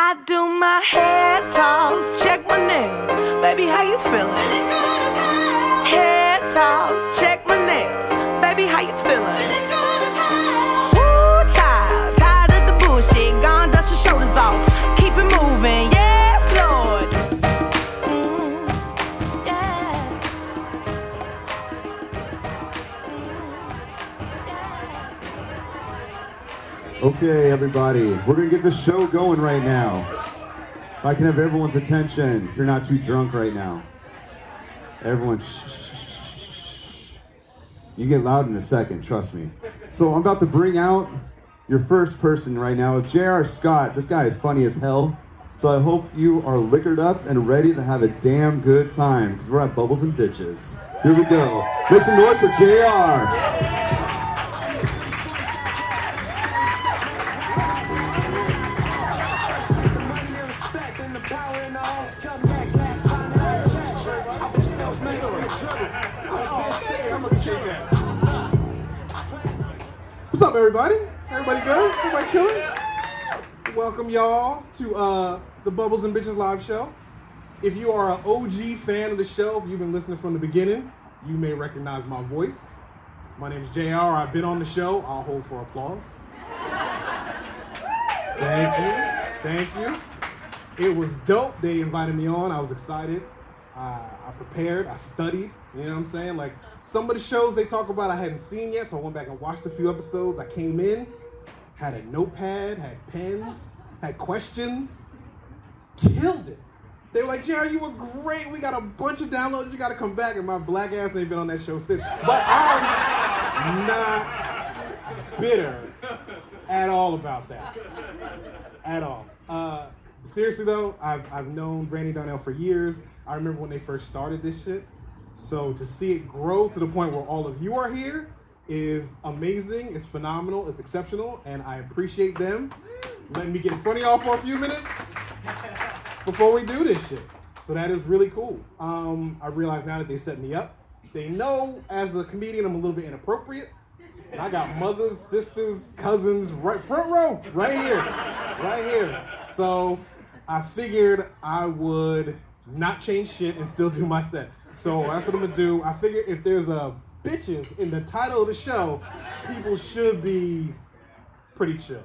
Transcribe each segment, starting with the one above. I do my hair toss, check my nails. Baby, how you feeling? Hair toss, check my nails. Baby, how you feeling? Woo, child, tired of the bullshit. Gone, dust your shoulders off. Keep it moving, yes, Lord. Mm, yeah. Okay, everybody, we're gonna get the show going right now. If I can have everyone's attention, if you're not too drunk right now, everyone, shh, shh, shh, shh, shh, shh. you get loud in a second, trust me. So I'm about to bring out your first person right now. J.R. Scott, this guy is funny as hell. So I hope you are liquored up and ready to have a damn good time because we're at Bubbles and Bitches. Here we go. Make some noise for J.R. What's up, everybody? Everybody good? Everybody chilling? Welcome y'all to uh, the Bubbles and Bitches live show. If you are an OG fan of the show, if you've been listening from the beginning, you may recognize my voice. My name is JR. I've been on the show. I'll hold for applause. Thank you. Thank you. It was dope. They invited me on. I was excited. Uh, I prepared. I studied. You know what I'm saying? Like some of the shows they talk about, I hadn't seen yet, so I went back and watched a few episodes. I came in, had a notepad, had pens, had questions. Killed it. They were like, Jerry, you were great. We got a bunch of downloads. You got to come back. And my black ass ain't been on that show since. But I'm not bitter at all about that at all. Uh, seriously though, I've, I've known Brandy Donnell for years. I remember when they first started this shit. So to see it grow to the point where all of you are here is amazing. It's phenomenal. It's exceptional, and I appreciate them. Let me get in front of y'all for a few minutes before we do this shit. So that is really cool. Um, I realize now that they set me up. They know as a comedian I'm a little bit inappropriate. And I got mothers, sisters, cousins, right front row, right here, right here. So I figured I would not change shit and still do my set. So that's what I'm gonna do. I figure if there's a bitches in the title of the show, people should be pretty chill.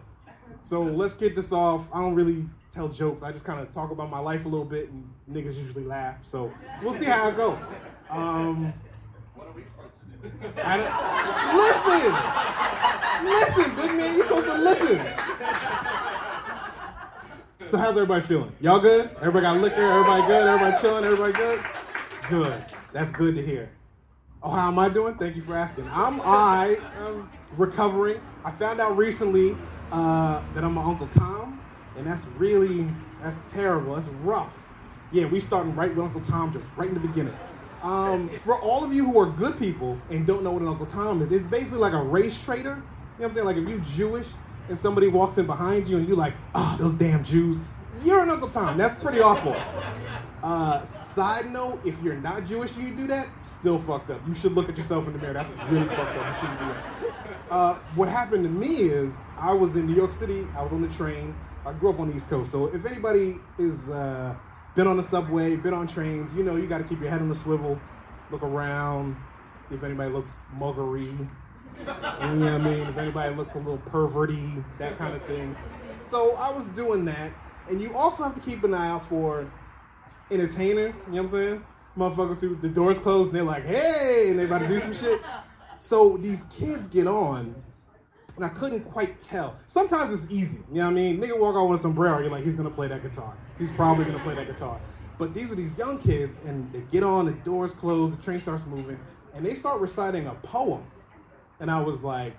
So let's get this off. I don't really tell jokes. I just kind of talk about my life a little bit, and niggas usually laugh. So we'll see how it go. Um, I don't, listen, listen, big man, you supposed to listen. So how's everybody feeling? Y'all good? Everybody got liquor? Everybody good? Everybody chilling? Everybody good? Good. That's good to hear. Oh, how am I doing? Thank you for asking. I'm I am recovering. I found out recently uh, that I'm my Uncle Tom, and that's really that's terrible. That's rough. Yeah, we starting right with Uncle Tom jokes right in the beginning. Um, for all of you who are good people and don't know what an Uncle Tom is, it's basically like a race traitor. You know what I'm saying? Like if you Jewish and somebody walks in behind you and you like, ah, those damn Jews, you're an Uncle Tom. That's pretty awful. Uh, side note, if you're not Jewish and you do that, still fucked up. You should look at yourself in the mirror. That's really fucked up. You shouldn't do that. Uh, what happened to me is I was in New York City. I was on the train. I grew up on the East Coast. So if anybody is uh, been on the subway, been on trains, you know you got to keep your head on the swivel, look around, see if anybody looks muggery, you know what I mean? If anybody looks a little perverty, that kind of thing. So I was doing that. And you also have to keep an eye out for entertainers, you know what I'm saying? Motherfuckers who the doors closed and they're like, hey, and they about to do some shit. So these kids get on, and I couldn't quite tell. Sometimes it's easy, you know what I mean? Nigga walk out with a sombrero, you're like, he's gonna play that guitar. He's probably gonna play that guitar. But these are these young kids, and they get on, the doors close, the train starts moving, and they start reciting a poem. And I was like,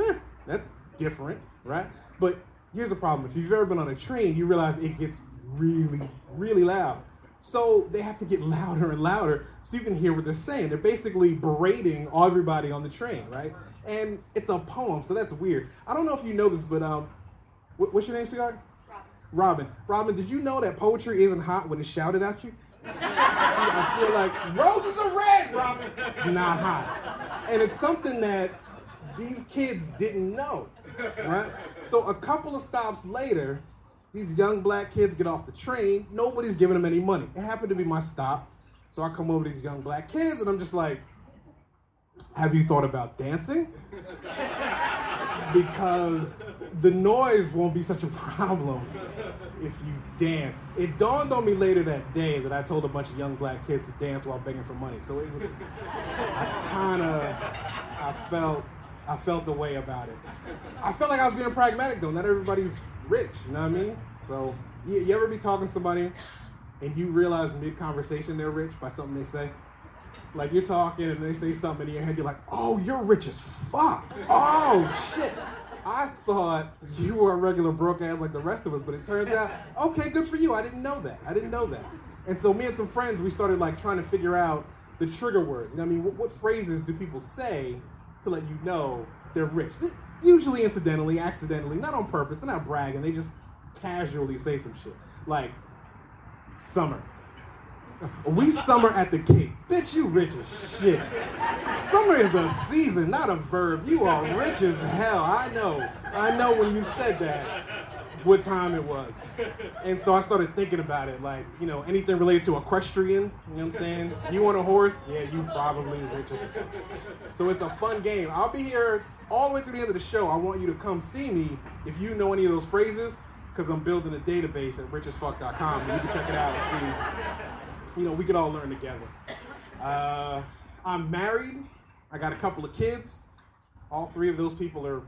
eh, that's different, right? But here's the problem if you've ever been on a train, you realize it gets really, really loud. So they have to get louder and louder so you can hear what they're saying. They're basically berating all everybody on the train, right? And it's a poem, so that's weird. I don't know if you know this, but um, wh- what's your name, Cigar? Robin. Robin, did you know that poetry isn't hot when it's shouted at you? See, I feel like roses are red, Robin. It's Not hot. And it's something that these kids didn't know, right? So a couple of stops later, These young black kids get off the train. Nobody's giving them any money. It happened to be my stop. So I come over to these young black kids and I'm just like, have you thought about dancing? because the noise won't be such a problem if you dance. It dawned on me later that day that I told a bunch of young black kids to dance while begging for money. So it was I kind of I felt I felt the way about it. I felt like I was being pragmatic though. Not everybody's rich, you know what I mean? So you, you ever be talking to somebody and you realize mid conversation they're rich by something they say? Like you're talking and they say something in your head, you're like, oh, you're rich as fuck. Oh shit. I thought you were a regular broke ass like the rest of us, but it turns out, okay, good for you. I didn't know that. I didn't know that. And so me and some friends, we started like trying to figure out the trigger words. You know what I mean? What, what phrases do people say to let you know they're rich? This, usually incidentally, accidentally, not on purpose. They're not bragging. They just casually say some shit. Like, summer. We summer at the Cape. Bitch, you rich as shit. Summer is a season, not a verb. You are rich as hell. I know. I know when you said that what time it was. And so I started thinking about it, like, you know, anything related to equestrian, you know what I'm saying? You want a horse? Yeah, you probably rich as hell. So it's a fun game. I'll be here all the way through the end of the show. I want you to come see me if you know any of those phrases, because I'm building a database at richasfuck.com. And you can check it out and see you know, we could all learn together. Uh, I'm married. I got a couple of kids. All three of those people are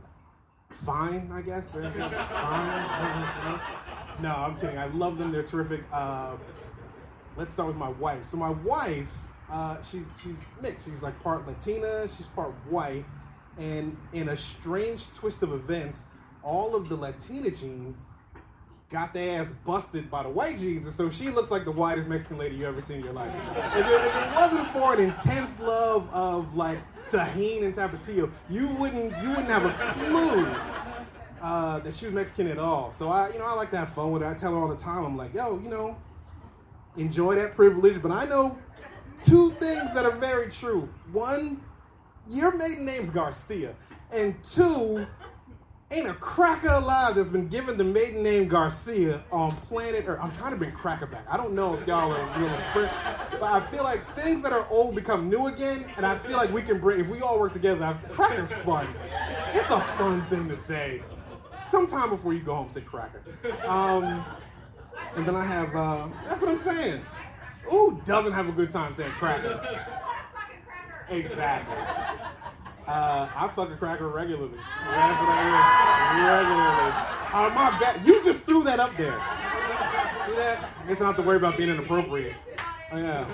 fine, I guess. They're fine. No, I'm kidding. I love them. They're terrific. Uh, let's start with my wife. So my wife, uh, she's she's mixed. She's like part Latina. She's part white. And in a strange twist of events, all of the Latina genes got their ass busted by the white jeans, and so she looks like the whitest Mexican lady you ever seen in your life. If it, if it wasn't for an intense love of like tahine and tapatio, you wouldn't you wouldn't have a clue uh, that she was Mexican at all. So I, you know, I like to have fun with her. I tell her all the time, I'm like, yo, you know, enjoy that privilege, but I know two things that are very true. One, your maiden name's Garcia, and two. Ain't a cracker alive that's been given the maiden name Garcia on planet Earth. I'm trying to bring cracker back. I don't know if y'all are real, friends, but I feel like things that are old become new again, and I feel like we can bring, if we all work together, I, cracker's fun. It's a fun thing to say. Sometime before you go home, say cracker. Um, and then I have, uh, that's what I'm saying. Who doesn't have a good time saying cracker? Exactly. Uh, I fuck a cracker regularly. That's what I do. Regularly. Uh, my bad. You just threw that up there. See that? It's not to worry about being inappropriate. Oh, yeah.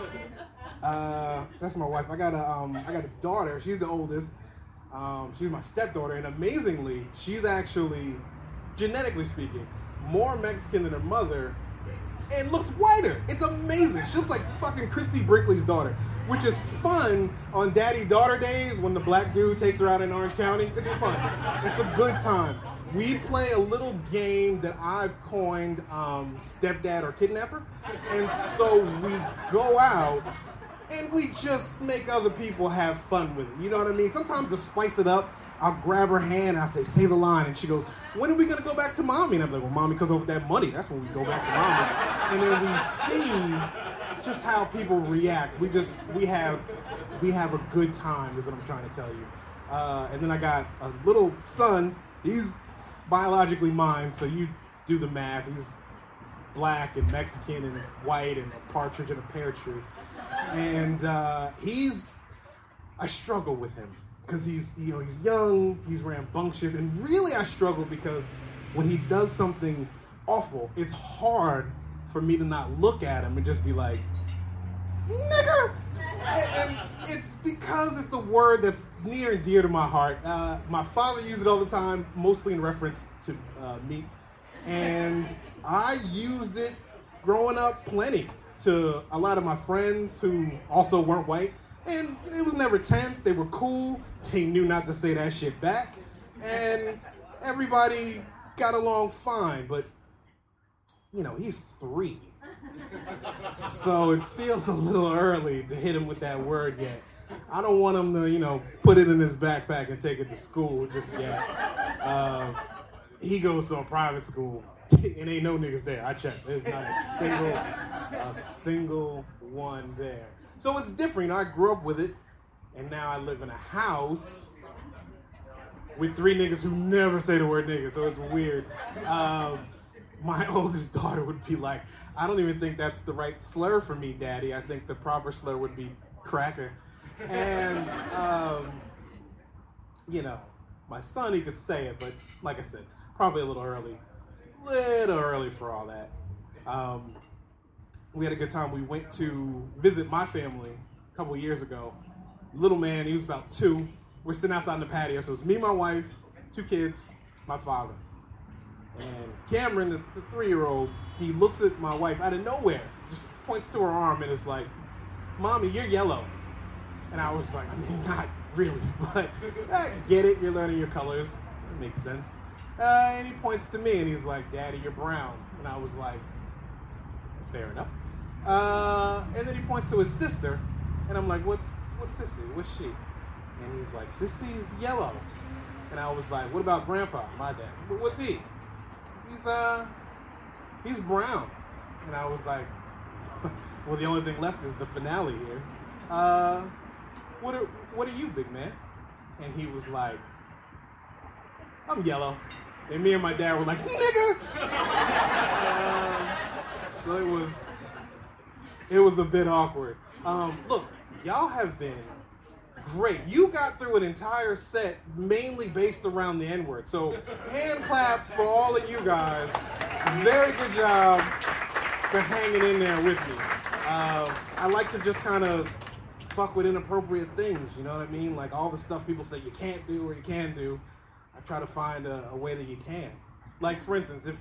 Uh, so that's my wife. I got a, um, I got a daughter. She's the oldest. Um, she's my stepdaughter, and amazingly, she's actually, genetically speaking, more Mexican than her mother, and looks whiter. It's amazing. She looks like fucking Christy Brinkley's daughter, which is fun on daddy daughter days when the black dude takes her out in Orange County. It's fun. It's a good time. We play a little game that I've coined um, stepdad or kidnapper. And so we go out and we just make other people have fun with it. You know what I mean? Sometimes to spice it up, I'll grab her hand and I say, say the line. And she goes, when are we going to go back to mommy? And I'm like, well, mommy comes over with that money. That's when we go back to mommy. And then we see just how people react. We just, we have, we have a good time is what I'm trying to tell you. Uh, and then I got a little son. He's biologically mine. So you do the math. He's black and Mexican and white and a partridge in a pear tree. And uh, he's, I struggle with him because he's, you know, he's young, he's rambunctious, and really I struggle because when he does something awful, it's hard for me to not look at him and just be like, nigger. And, and it's because it's a word that's near and dear to my heart. Uh, my father used it all the time, mostly in reference to uh, me, and I used it growing up plenty to a lot of my friends who also weren't white, and it was never tense. They were cool. They knew not to say that shit back, and everybody got along fine. But you know, he's three. So it feels a little early to hit him with that word yet. I don't want him to, you know, put it in his backpack and take it to school just yet. Uh, he goes to a private school, and ain't no niggas there. I checked. There's not a single, a single one there. So it's different. I grew up with it, and now I live in a house with three niggas who never say the word nigga. So it's weird. Um, my oldest daughter would be like, I don't even think that's the right slur for me, daddy. I think the proper slur would be cracker. And, um, you know, my son, he could say it, but like I said, probably a little early. Little early for all that. Um, we had a good time. We went to visit my family a couple years ago. Little man, he was about two. We're sitting outside on the patio. So it's me, my wife, two kids, my father. And Cameron, the, the three year old, he looks at my wife out of nowhere, just points to her arm and is like, Mommy, you're yellow. And I was like, I mean, not really, but I get it. You're learning your colors. It makes sense. Uh, and he points to me and he's like, Daddy, you're brown. And I was like, fair enough. Uh, and then he points to his sister, and I'm like, "What's what's sissy? What's she?" And he's like, "Sissy's yellow." And I was like, "What about Grandpa, my dad? Wh- What's he? He's uh, he's brown." And I was like, "Well, the only thing left is the finale here. Uh, what are what are you, big man?" And he was like, "I'm yellow." And me and my dad were like, "Nigga." Uh, So it was it was a bit awkward. Um, look, y'all have been great. You got through an entire set mainly based around the N word. So hand clap for all of you guys. Very good job for hanging in there with me. Um, I like to just kind of fuck with inappropriate things. You know what I mean? Like all the stuff people say you can't do or you can do. I try to find a, a way that you can. Like for instance, if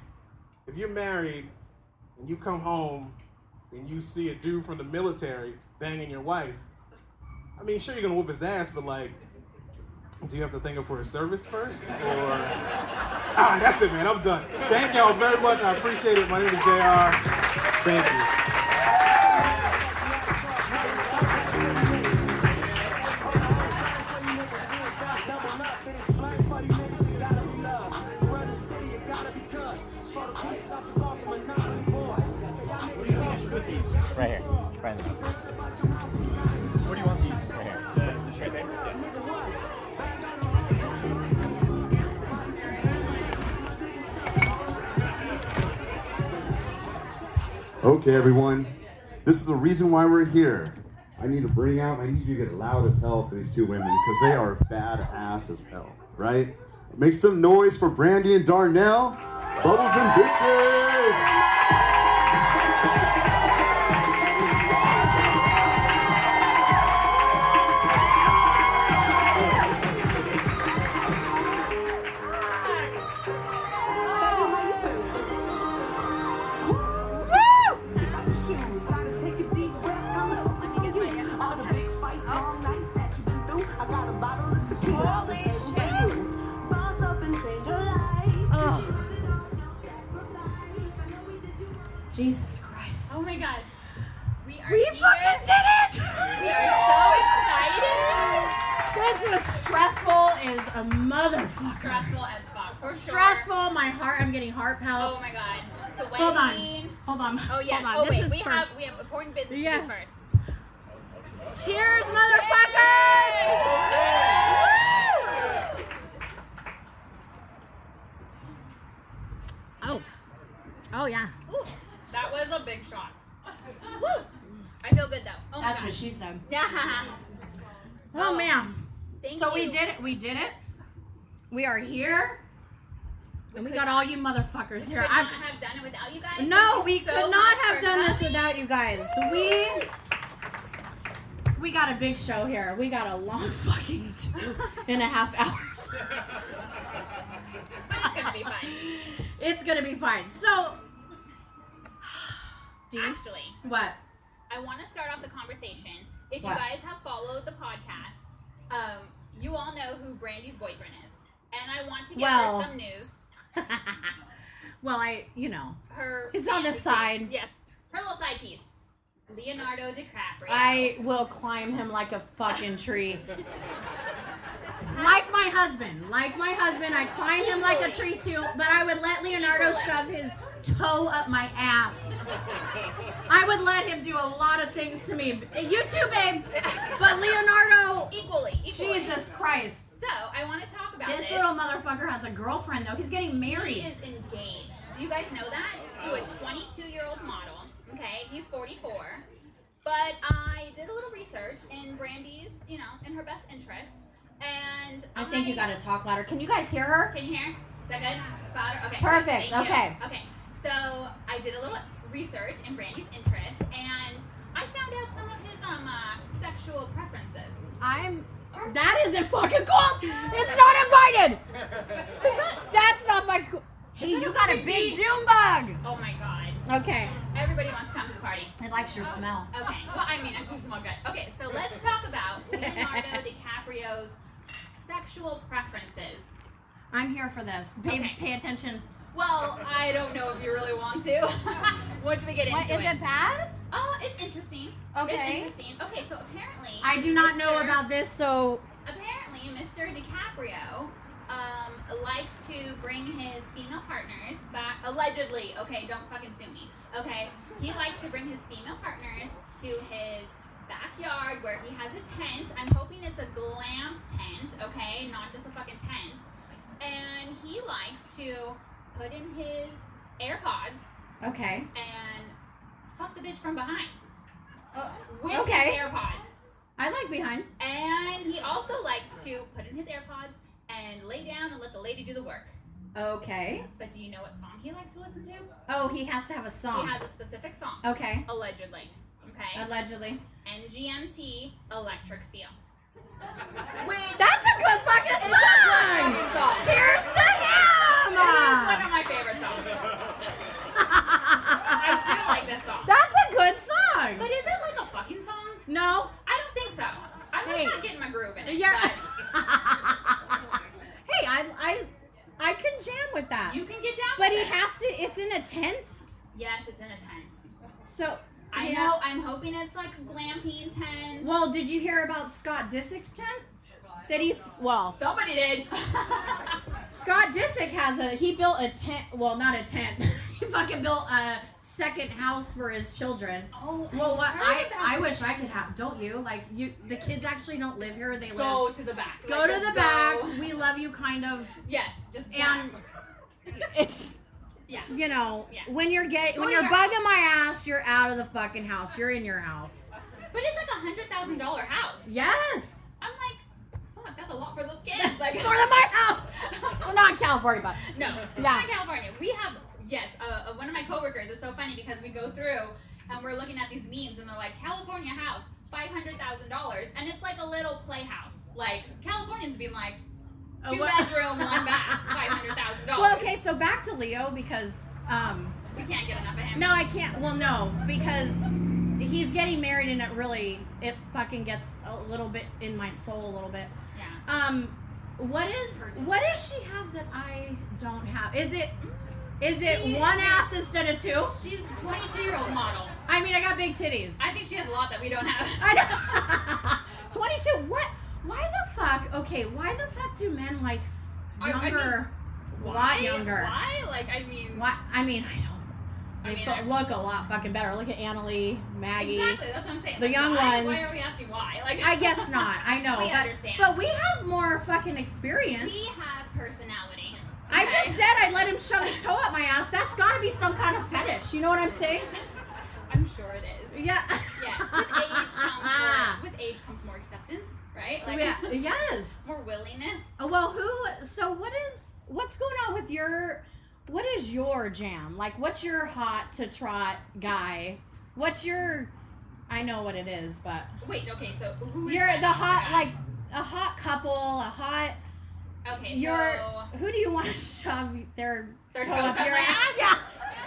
if you're married and you come home and you see a dude from the military banging your wife, I mean, sure you're gonna whoop his ass, but like, do you have to thank him for his service first? Or all right, that's it, man. I'm done. Thank y'all very much. I appreciate it. My name is Jr. Thank you. Right here. Right here. Where do you want these? Right here. Okay, everyone. This is the reason why we're here. I need to bring out, I need you to get loud as hell for these two women because they are badass as hell, right? Make some noise for Brandy and Darnell. Bubbles and bitches. Baby, how you feeling? Jesus Christ. Oh my god. We are We here. fucking did We it! are so excited. This was stressful is a motherfucker. Stressful as fuck. For sure. Stressful, my heart, I'm getting heart palps. Oh my god. Sweating. Hold on. Hold on. Oh yes. Hold on. Oh this wait. is we first. have we have important business to do Yes. first. Cheers, motherfuckers! Oh. Oh yeah. Woo! Ooh, that was a big shot. Woo! I feel good though. Oh my That's god. what she said. yeah. Oh ma'am. Thank so we you. did it. We did it. We are here. And we could got not- all you motherfuckers here. Could I'm- not have done it without you guys. No, Thank you we so could much not have for done this coming. without you guys. We we got a big show here. We got a long fucking two and a half hours. But it's gonna be fun. It's gonna be fine. So, Dean, Actually. what? I want to start off the conversation. If What? you guys have followed the podcast, um, you all know who Brandy's boyfriend is, and I want to give Well. her some news. well, I, you know, Her It's on the fantasy- side. Yes, her little side piece, Leonardo DiCaprio. I will climb him like a fucking tree. Like my husband, like my husband, I climb him like a tree too, but I would let Leonardo shove his toe up my ass. I would let him do a lot of things to me. You too, babe. But Leonardo, Equally, equally. Jesus Christ. So I want to talk about This little motherfucker has a girlfriend though. He's getting He married. is engaged. Do you guys know that? To a 22 year old model. Okay, he's 44. But I did a little research in Brandy's, you know, in her best interest. And I think you gotta talk louder. Can you guys hear her? Can you hear? Is that good? Louder? Okay. Perfect, Thank you. okay. Okay. So I did a little research in Brandy's interest and I found out some of his um, uh, sexual preferences. I'm. That isn't fucking called. It's not invited. That's not like. Hey, you got a big June bug. Oh my god. Okay. Everybody wants to come to the party. It likes your smell. Okay. Well, I mean, I just smell good. Okay, so let's talk about Leonardo DiCaprio's sexual preferences. I'm here for this. Pay, Okay. pay attention. Well, I don't know if you really want to. Once we get into What is it bad? Oh, it's interesting. Okay. It's interesting. Okay, so apparently I do not know Mr. about this, so Apparently, Mr. DiCaprio um, likes to bring his female partners back. Allegedly, okay, don't fucking sue me. Okay, he likes to bring his female partners to his backyard where he has a tent. I'm hoping it's a glam tent, okay, not just a fucking tent. And he likes to put in his AirPods okay. and fuck the bitch from behind Uh, with Okay. his AirPods. I like behind. And he also likes to put in his AirPods and lay down and let the lady do the work. Okay. But do you know what song he likes to listen to? Oh, he has to have a He song. has a specific song, okay. allegedly. Okay. Allegedly. NGMT Electric Feel. Which That's a good fucking song. fucking song. Cheers to him. is one of my favorite songs. I do like this song. That's a good song. But is it like a fucking song? no. I don't think so. I'm Hey. not getting my groove in it. Yeah. But hey, I I I can jam with that. you can get down but with he it. has to. It's in a tent. Yes, it's in a tent. So I yeah. know. I'm hoping it's like a glampy and tent. Well, did you hear about Scott Disick's tent? Oh That he well, Somebody did. Scott Disick has a he built a tent. Well, not a tent. he fucking built a second house for his children. oh, Well, what I heard about I this. wish I could have. Don't you? Like you, the kids actually don't live here. They live. go to the back. Go Like, to just the go. back. We love you, kind of. Yes, just And it's yeah. yeah. you know Yeah. when you're get Go when to you're your bugging house. my ass, you're out of the fucking house. You're in your house. But it's like a hundred thousand dollar house. Yes. I'm like, fuck, that's a lot for those kids. Like, it's more than my house. well, not in California, but No, Yeah. yeah. in California, we have yes. Uh, uh, one of my coworkers is so funny because we go through and we're looking at these memes and they're like California house, five hundred thousand dollars, and it's like a little playhouse. Like Californians being like Oh, two what- bedroom, one bath, five hundred thousand dollars. Well, okay, so back to Leo because um we can't get enough of him. no, I can't. Well, no, because he's getting married and it really it fucking gets a little bit in my soul a little bit. Yeah. Um what is what does she have that I don't have? Is it is it She- one ass instead of two? She's a 22 year old model. I mean, I got big titties. I think she has a lot that we don't have. I know. 22. What? Why the fuck? Okay, why the fuck do men like s- I- I younger? a lot younger. Why? Like, I mean, Why? I mean, I don't. I They mean, fo- I- look a lot fucking better. Look at Annalie, Maggie. exactly. That's what I'm saying. The Like, young why, ones. Why are we asking why? Like, I guess not. I know. We but, understand. But we have more fucking experience. we have personality. I okay? just said I let him shove his toe up my ass. That's gotta be some kind of fetish. You know what I'm saying? I'm sure it is. Yeah. Yes. With age comes more. With age comes more acceptance, right? Like, yeah. Yes. more willingness. Oh, Well, who? So what is what's going on with your? What is your jam? Like, what's your hot to trot guy? What's your? I know what it is, but Wait. Okay. So who is you're that the hot guy? like a hot couple, a hot. Okay. You're So who do you want to shove their Their toe toes up up your my ass? ass? Yeah.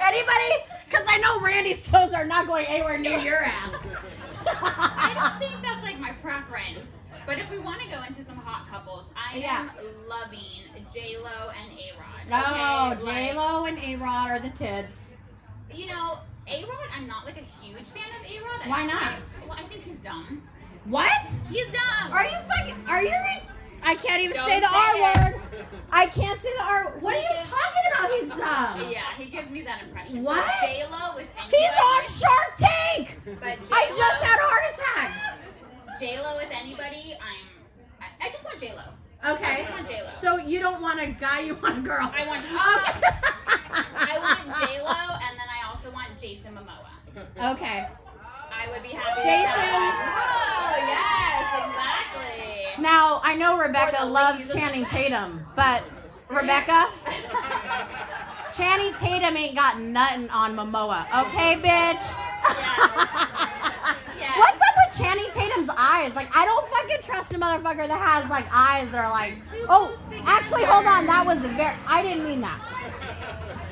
Anybody? Because I know Randy's toes are not going anywhere near your ass. I don't think that's like my preference. But if we want to go into some hot couples, I Yeah. am loving J Lo and A Rod. No, okay? J Like, Lo and A Rod are the tits. you know, A Rod. I'm not like a huge fan of A Rod. Why not? I, well, I think he's dumb. What? He's dumb. Are you fucking? Are you? re- I can't even Don't say the say R it. word. I can't say the R word. What are you talking about? He's dumb. Yeah, he gives me that impression. What? J-Lo with He's on anybody. Shark Tank. But J-Lo, I just had a heart attack. J-Lo with anybody, I'm... I, I just want J-Lo. I just Okay. want J-Lo. So you don't want a guy, you want a girl. I want... I want J-Lo, and then I also want Jason Momoa. Okay. I would be happy with Jason. that. Whoa, yes, exactly. Now I know Rebecca Or the ladies loves of the Channing back. Tatum, but Rebecca, Channing Tatum ain't got nothing on Momoa. Okay, bitch. Yeah. What's up with Channing Tatum's eyes? Like, I don't fucking trust a motherfucker that has like eyes that are like. Too Oh, close together. actually, hold on. That was very. I didn't mean that.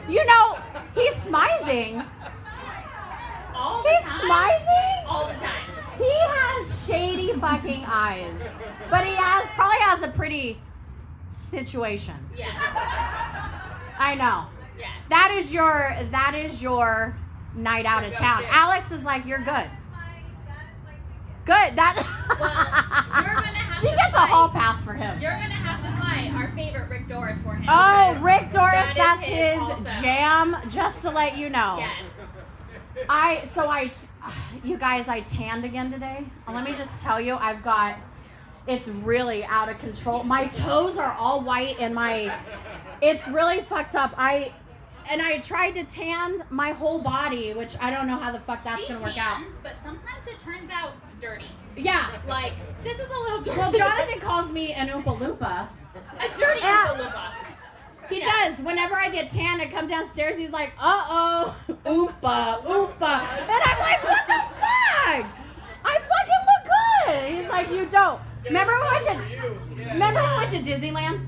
You know, he's smizing. All the He's time. smizing. All the time. He has shady fucking eyes, but he has probably has a pretty situation. Yes. I know. Yes. That is your that is your night out Your of town. go-to. Alex is like, you're good. Good. That. Well, you're gonna have she to gets a fight. hall pass for him. You're gonna have to fight our favorite Rick Doris for him. Oh, Rick Doris, That is that's his his also. jam. Just to let you know, Yes. I so I, t- you guys, I tanned again today. And Let me just tell you, I've got, it's really out of control. My toes are all white and my, it's really fucked up. I, and I tried to tan my whole body, which I don't know how the fuck that's she gonna work out. tans, But sometimes it turns out dirty. Yeah. Like this is a little dirty. Well, Jonathan calls me an Oompa Loompa. a dirty Yeah. Oompa He Yeah. does. Whenever I get tan, I come downstairs. He's like, "Uh oh, oompa, oompa," and I'm like, "What the fuck? I fucking look good." He's like, "You don't." Remember when I went to Remember when we went to Disneyland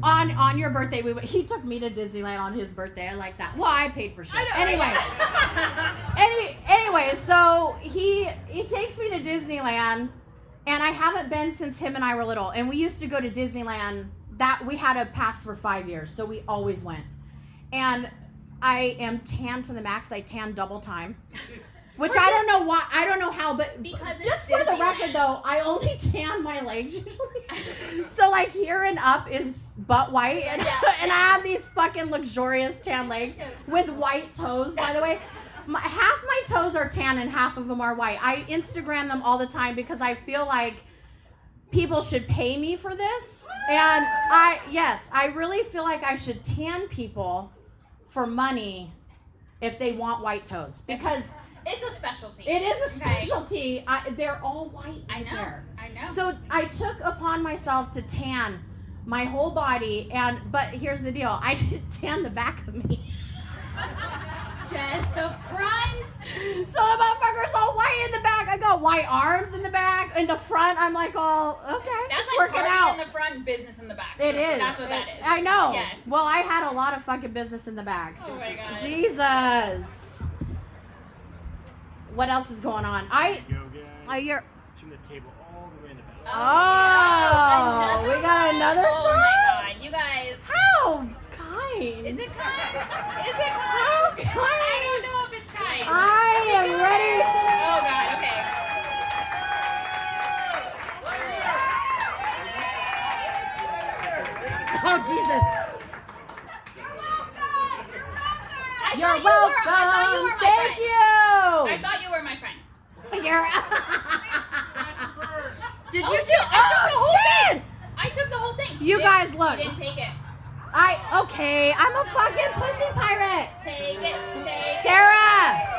on on your birthday? We went, he took me to Disneyland on his birthday. I like that. Well, I paid for shit. know, anyway. Any, anyway, so he he takes me to Disneyland, and I haven't been since him and I were little. And we used to go to Disneyland. That we had a pass for five years, so we always went. And I am tan to the max. I tan double time, which I don't know why. I don't know how, but Because it's just for the record, Disneyland. though, I only tan my legs usually. so like here and up is butt white, and, and I have these fucking luxurious tan legs with white toes. By the way, my, half my toes are tan and half of them are white. I Instagram them all the time because I feel like people should pay me for this, and I yes, I really feel like I should tan people for money if they want white toes because. It's a specialty. It is a Okay. specialty. I, they're all white. I know. There. I know. So I took upon myself to tan my whole body, and but here's the deal: I didn't tan the back of me. just the front. So the motherfucker's all white in the back. I got white arms in the back. In the front, I'm like, all okay, That's it's like working party out. in the front, business in the back. it is. That's what that It- is. I know. Yes. Well, I had a lot of fucking business in the back. oh my god. Jesus. What else is going on? I, I you're. Turn the table all the way in the back. Oh, another we got one? another Oh my shot? Oh, god, you guys. How kind. Is it kind? Is it How kind? I don't kind. know if it's kind. Oh, I am ready. Oh god, okay. Oh, Jesus. I You're thought you were- welcome. I thought you were my Thank friend. I you. thought you were my friend. You're. Did you do? shit, I took the Oh, whole shit. I took the whole thing. You didn't- guys look. You didn't take it. I. Okay, I'm a fucking pussy pirate. Take it. Take it. Sarah.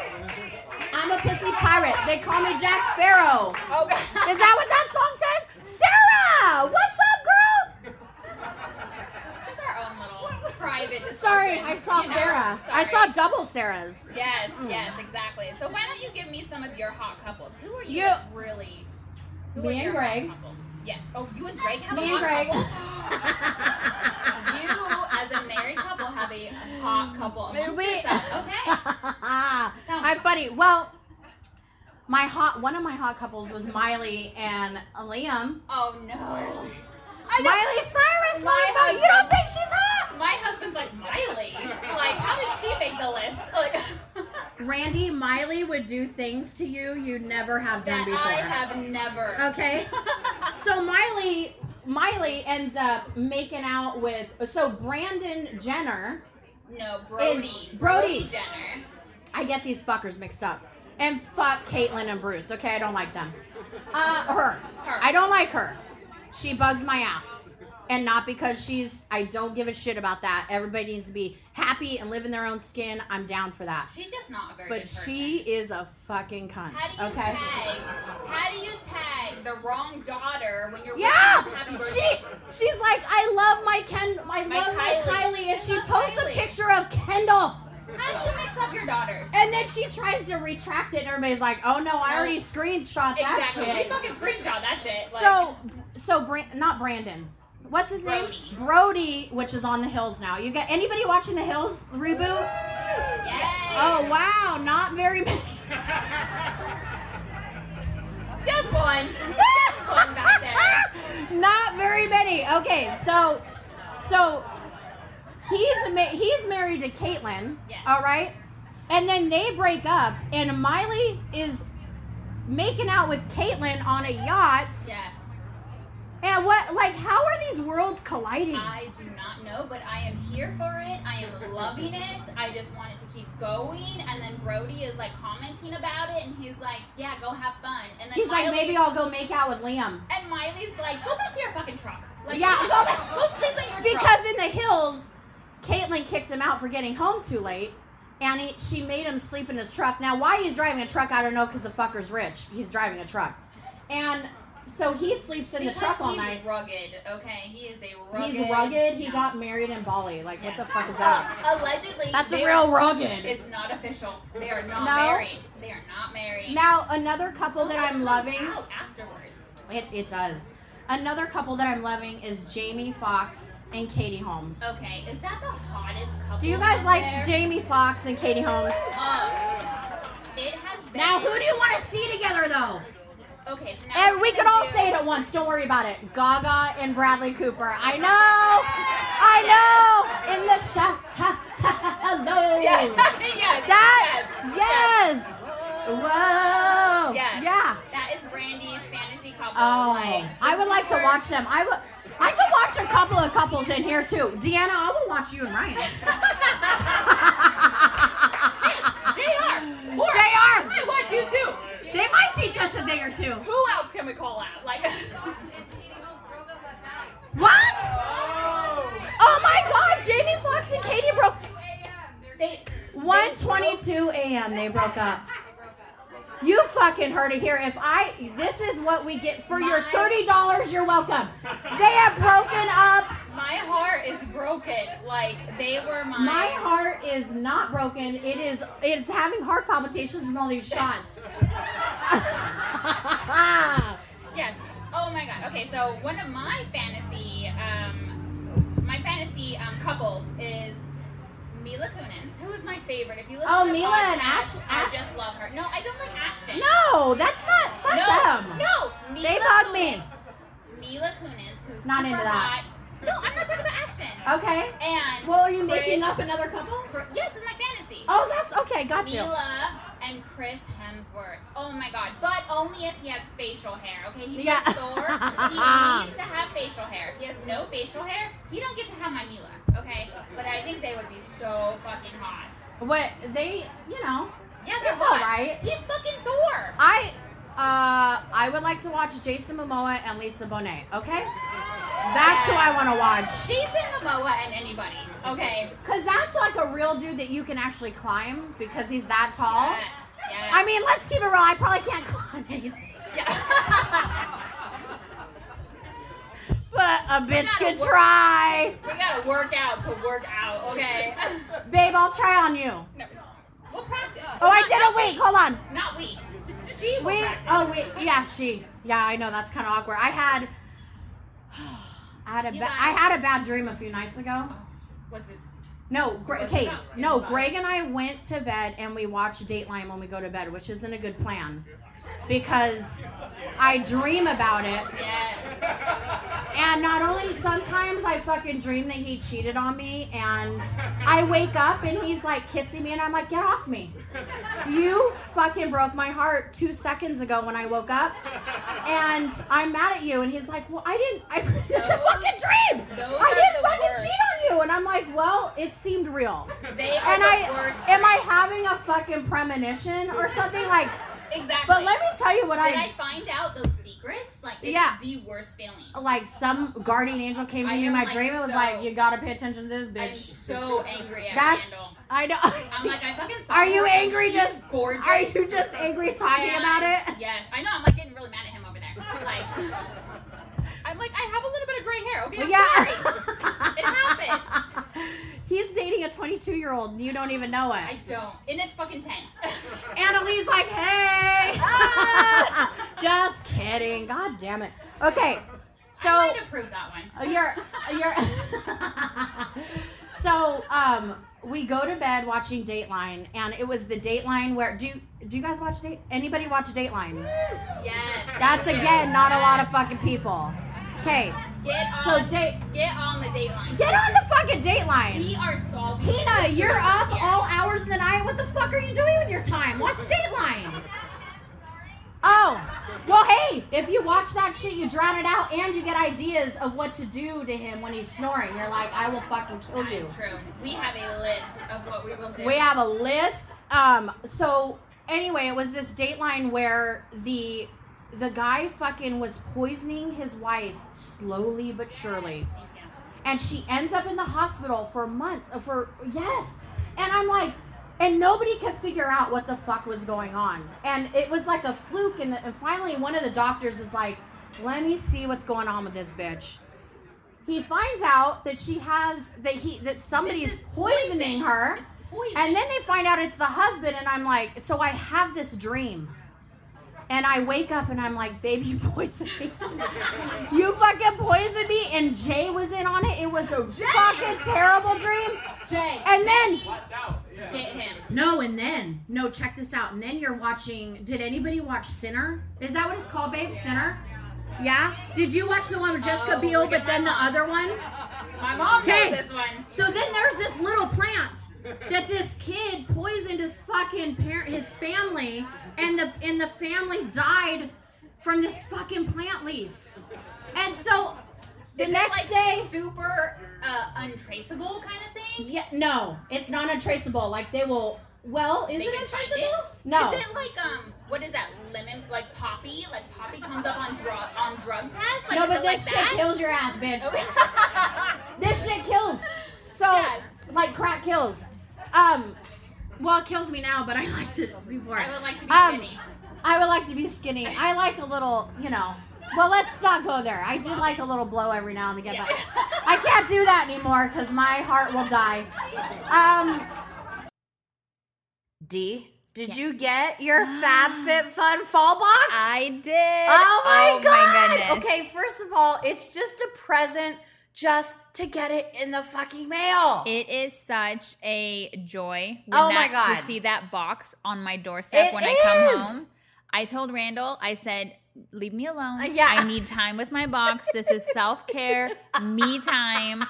I'm a pussy pirate. They call me Jack Sparrow. Oh god. Is that what that song says? Sarah! What's up, girl? Just our own little private. Sorry, discussion, I saw you know? Sarah. I Sorry. saw double Sarahs. Yes, Mm. yes, exactly. So why don't you give me some of your hot couples? Who are you, You- like, really? Who Me are and your Greg. Hot couples? Yes. Oh, you and Greg have a Me and hot Greg. couple. You, as a married couple, have a hot Mm. couple amongst We- yourselves. Okay. Tell me. I'm funny. Well, my hot one of my hot couples was Miley and Liam. Oh no. I know. Miley Cyrus. My motherfucker. You don't husband- think she's hot? My husband's like Miley. Like, how did she make the list? Like Randy, Miley would do things to you you never have done that before. I have never. Okay. so Miley Miley ends up making out with so Brandon Jenner. No, Brody. Is- Brody. Jenner. I get these fuckers mixed up. And fuck Caitlyn and Bruce. Okay, I don't like them. Uh, her. Her. I don't like her. She bugs my ass. And not because she's. I don't give a shit about that. Everybody needs to be happy and live in their own skin. I'm down for that. She's just not a very But good person. she is a fucking cunt. How do you okay. tag? How do you tag the wrong daughter when you're Yeah, wishing happy birthday? she she's like, I love my Ken, I My love my Kylie. Kylie, and I she love posts a Kylie. picture of Kendall, How do you mix up your daughters? and then she tries to retract it, and everybody's like, Oh no, I No. already screenshot that exactly. We shit. fucking screenshot that shit. Like, So, so Bran- not Brandon. What's his Brody. name? Brody, which is on the Hills now. You got anybody watching the Hills reboot? yay. Oh wow, not very many. Just one. Just one back there. Not very many. Okay, so so he's ma- he's married to Caitlyn. Yes. All right, and then they break up, and Miley is making out with Caitlyn on a yacht. Yes. And what like how are these worlds colliding? I do not know, but I am here for it. I am loving it. I just want it to keep going. And then Brody is like commenting about it, and he's like, "Yeah, go have fun." And then He's like, Miley- maybe I'll go make out with Liam. And Miley's like, "Go back to your fucking truck." Like, Yeah, go back- Go sleep in your truck. Because in the hills, Caitlyn kicked him out for getting home too late, and he, she made him sleep in his truck. Now, why he's driving a truck, I don't know, because the fucker's rich. He's driving a truck, and so he sleeps in the truck all he's night. rugged. Okay, he is a rugged. He's rugged. He yeah. got married in Bali. Like, Yes. what the fuck is that? Uh, allegedly, That's a they- real rugged. It's not official. They are not No? married. They are not married. Now, another couple So that much I'm comes loving. Out afterwards. It, it does. Another couple that I'm loving is Jamie Foxx and Katie Holmes. Okay, is that the hottest couple? Do you guys out like there? Jamie Foxx and Katie Holmes? Oh, it has been. Now, who do you want to see together, though? Okay, so now And we're we gonna could all do- say it at once. Don't worry about it. Gaga and Bradley Cooper. I know. I know. In the shot. Hello. Yeah, yes, That. yes, yes. Yes. Whoa. Yes. Yeah. That is Brandy's fantasy couple. Oh, like, I would like to Cooper- watch them. I would. I could watch a couple of couples in here too. Deanna, I will watch you and Ryan. Jr. Or Jr. I watch you too. They might teach us a thing or two. Who else can we call out? Like, What? Oh my God! Jamie Foxx and Katie broke. they, 1:22 a.m. They broke up. You fucking heard it here. If I, this is what we get for your My- thirty dollars. You're welcome. They have broken up. my heart is broken. Like they were my. My heart is not broken. It is. It's having heart palpitations from all these shots. Yes. Oh my god. Okay, so one of my fantasy, um, my fantasy um, couples is Mila Kunis, who is my favorite. If you listen Oh, to the Mila and podcast, Ash- I just love her. No, I don't like Ashton. no, that's not. Fuck no, them. no. Mila They bug me. Kunis- Mila Kunis, who's Not super into that. hot. No, I'm not talking about Ashton. Okay. And Well, are you Chris- making up another couple? Cr- Yes, it's my fantasy. Oh, that's okay. Got you. Mila and Chris Hemsworth. Oh my god. But only if he has facial hair, okay? He's Yeah. yeah. sore. He needs to have facial hair. If he has no facial hair, he don't get to have my Mila, okay? But I think they would be so fucking hot. What they? You know. Yeah, they're It's hot. alright. He's fucking Thor. I uh I would like to watch Jason Momoa and Lisa Bonet, okay? That's who I want to watch. Jason Momoa and anybody, okay? Cuz that's like a real dude that you can actually climb because he's that tall. Yes. Yes. I mean, let's keep it real. I probably can't climb anything. But a bitch gotta could work- try. we gotta work out to work out, okay? Babe, I'll try on you. no. We'll practice. Oh, I Not- did not a week. Hold on. we. Not we. She will We practice. oh wait yeah she yeah I know that's kind of awkward. I had I had a You ba- guys- I had a bad dream a few nights ago. What's it? No, Gre- okay, not right. no. It's not Greg and I went to bed and we watched Dateline when we go to bed, which isn't a good plan because I dream about it, Yes. and not only sometimes I fucking dream that he cheated on me, and I wake up and he's like kissing me, and I'm like, get off me! You fucking broke my heart two seconds ago when I woke up, and I'm mad at you. And he's like, well, I didn't. I, it's a Those- fucking dream. those I are didn't the fucking worst. cheat on you. And I'm like, well, it seemed real. They are And the I worst. am I having a fucking premonition or something like? exactly. But let me tell you what Did I I find out those secrets? Like, it's Yeah. Oh, the worst feeling. like. Some guardian angel came to I me in am, my like, dream. It was so- like, you gotta pay attention to this I'm bitch. so angry at That's- Randall. I know. I'm like, I fucking saw Are you her, and angry she's just- gorgeous. Are you just angry talking Yeah, about it? Yes, I know. I'm like getting really mad at him over there. Like, I'm like, I have a little bit of gray hair. Okay, I'm sorry. It happens. He's dating a 22 year old and you don't even know I it. don't. And it's fucking tense. Annalise, like, hey! Ah! Just kidding. God damn it. Okay, I so might approve that one. Oh, you're. you're so, um, we go to bed watching Dateline, and it was the Dateline where. Do, do you guys watch Date? Anybody watch Dateline? Yes. That's again not a lot of fucking people. Okay, Get on. so date. Get on the dateline. Get on the fucking Dateline. We are solving. Tina, this you're right up here. all hours of the night. What the fuck are you doing with your time? Watch Dateline. Oh, well, hey, if you watch that shit, you drown it out and you get ideas of what to do to him when he's snoring. You're like, I will fucking kill That you. is true. We have a list of what we will do. We have a list. Um, so anyway, it was this Dateline where the the guy fucking was poisoning his wife slowly but surely. Thank you. and she ends up in the hospital for months uh, for yes and i'm like and nobody could figure out what the fuck was going on and it was like a fluke and, the, and finally one of the doctors is like let me see what's going on with this bitch he finds out that she has that he that somebody This is is poison. poisoning her It's poison. and then they find out it's the husband and i'm like so i have this dream and I wake up and I'm like, babe, you poisoned me. you fucking poisoned me. And Jay was in on it. It was a fucking terrible dream. Jay. And then- Watch out. Get him. No, and then, no, check this out. And then you're watching, did anybody watch Sinner? Is that what it's called, babe? Sinner? Yeah? Did you watch the one with Jessica Oh, Biel, look at but then the my mom. other one? My mom Okay. knows this one. So then there's this little plant that this kid poisoned his fucking parent, his family, and the and the family died from this fucking plant leaf. And so the Is it, next like, day, super uh, untraceable kind of thing. yeah, no, it's not untraceceable. Like they will. Well, is They it can find untraceable? it. No. Is it like um, what is that? Lemon, like poppy, like poppy comes up on drug on drug tests. Like, no, is but it like this shit that? kills your ass, bitch. this shit kills. So Yes. like crack kills. Um, well, it kills me now, but I liked it before. I would like to be Um, skinny. I would like to be skinny. I like a little, you know. Well, let's not go there. I did like a little blow every now and again, but I can't do that anymore because my heart will die. Um, D, did you get your FabFitFun fall box? I did. Oh my god! goodness. okay, first of all, it's just a present just to get it in the fucking mail. It is such a joy. when Oh my that- God. To see that box on my doorstep It when I come is. home. I told Randall, I said, "Leave me alone. Uh, yeah. I need time with my box. This is self care, me time. I,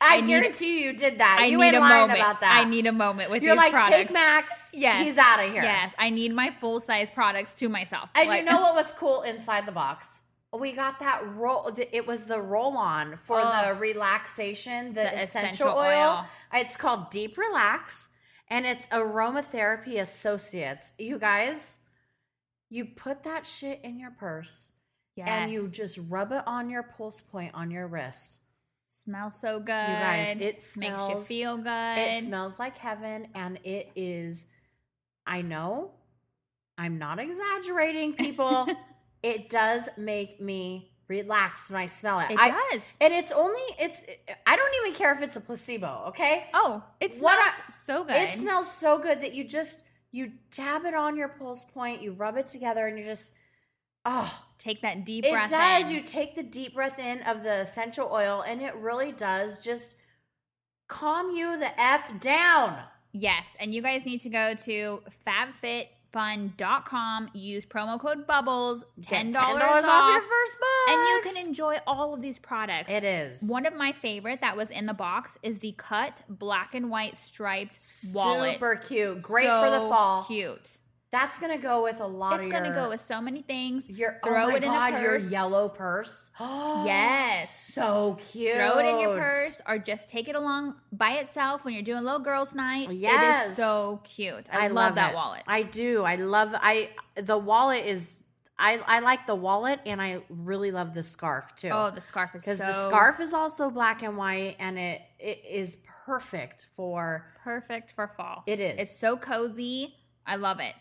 I need- guarantee you did that. I you need ain't a lying moment. about that. I need a moment with You're these like products. take Max. Yes. he's out of here. Yes, I need my full size products to myself. And Like- you know what was cool inside the box? We got that roll. th- It was the roll on for Oh. the relaxation, the, The essential, essential oil. oil. It's called Deep Relax and it's Aromatherapy Associates. You guys, you put that shit in your purse Yes. and you just rub it on your pulse point on your wrist. smell so good. guys, it makes you smells- feel good. It smells like heaven and it is, I know, I'm not exaggerating, people. it does make me relax when I smell it. It I, does. And it's only, it's, I don't even care if it's a placebo, okay? Oh, it smells What I- so good. It smells so good that you just, you dab it on your pulse point, you rub it together, and you just, oh, Take that deep it breath. does. in. You take the deep breath in of the essential oil, and it really does just calm you the F down. Yes, and you guys need to go to fabfitfun.com, use promo code BUBBLES, $10, off, your first box. and you can enjoy all of these products. It is. One of my favorite that was in the box is the cut black and white striped wallet. Super cute. Great for the So fall. Cute. That's gonna go with a lot. It's of going to your- go with so many things. your throw oh my it in God, a your purse. yellow purse. Oh, Yes. so cute. Throw it in your purse or just take it along by itself when you're doing little girls' night. It Yes. is so cute. I, love, that it. wallet. I do. I love I the wallet is I I like the wallet and I really love the scarf too. oh, the scarf is so because the scarf is also black and white and it it is perfect for perfect for fall. It is. It's so cozy. I love it.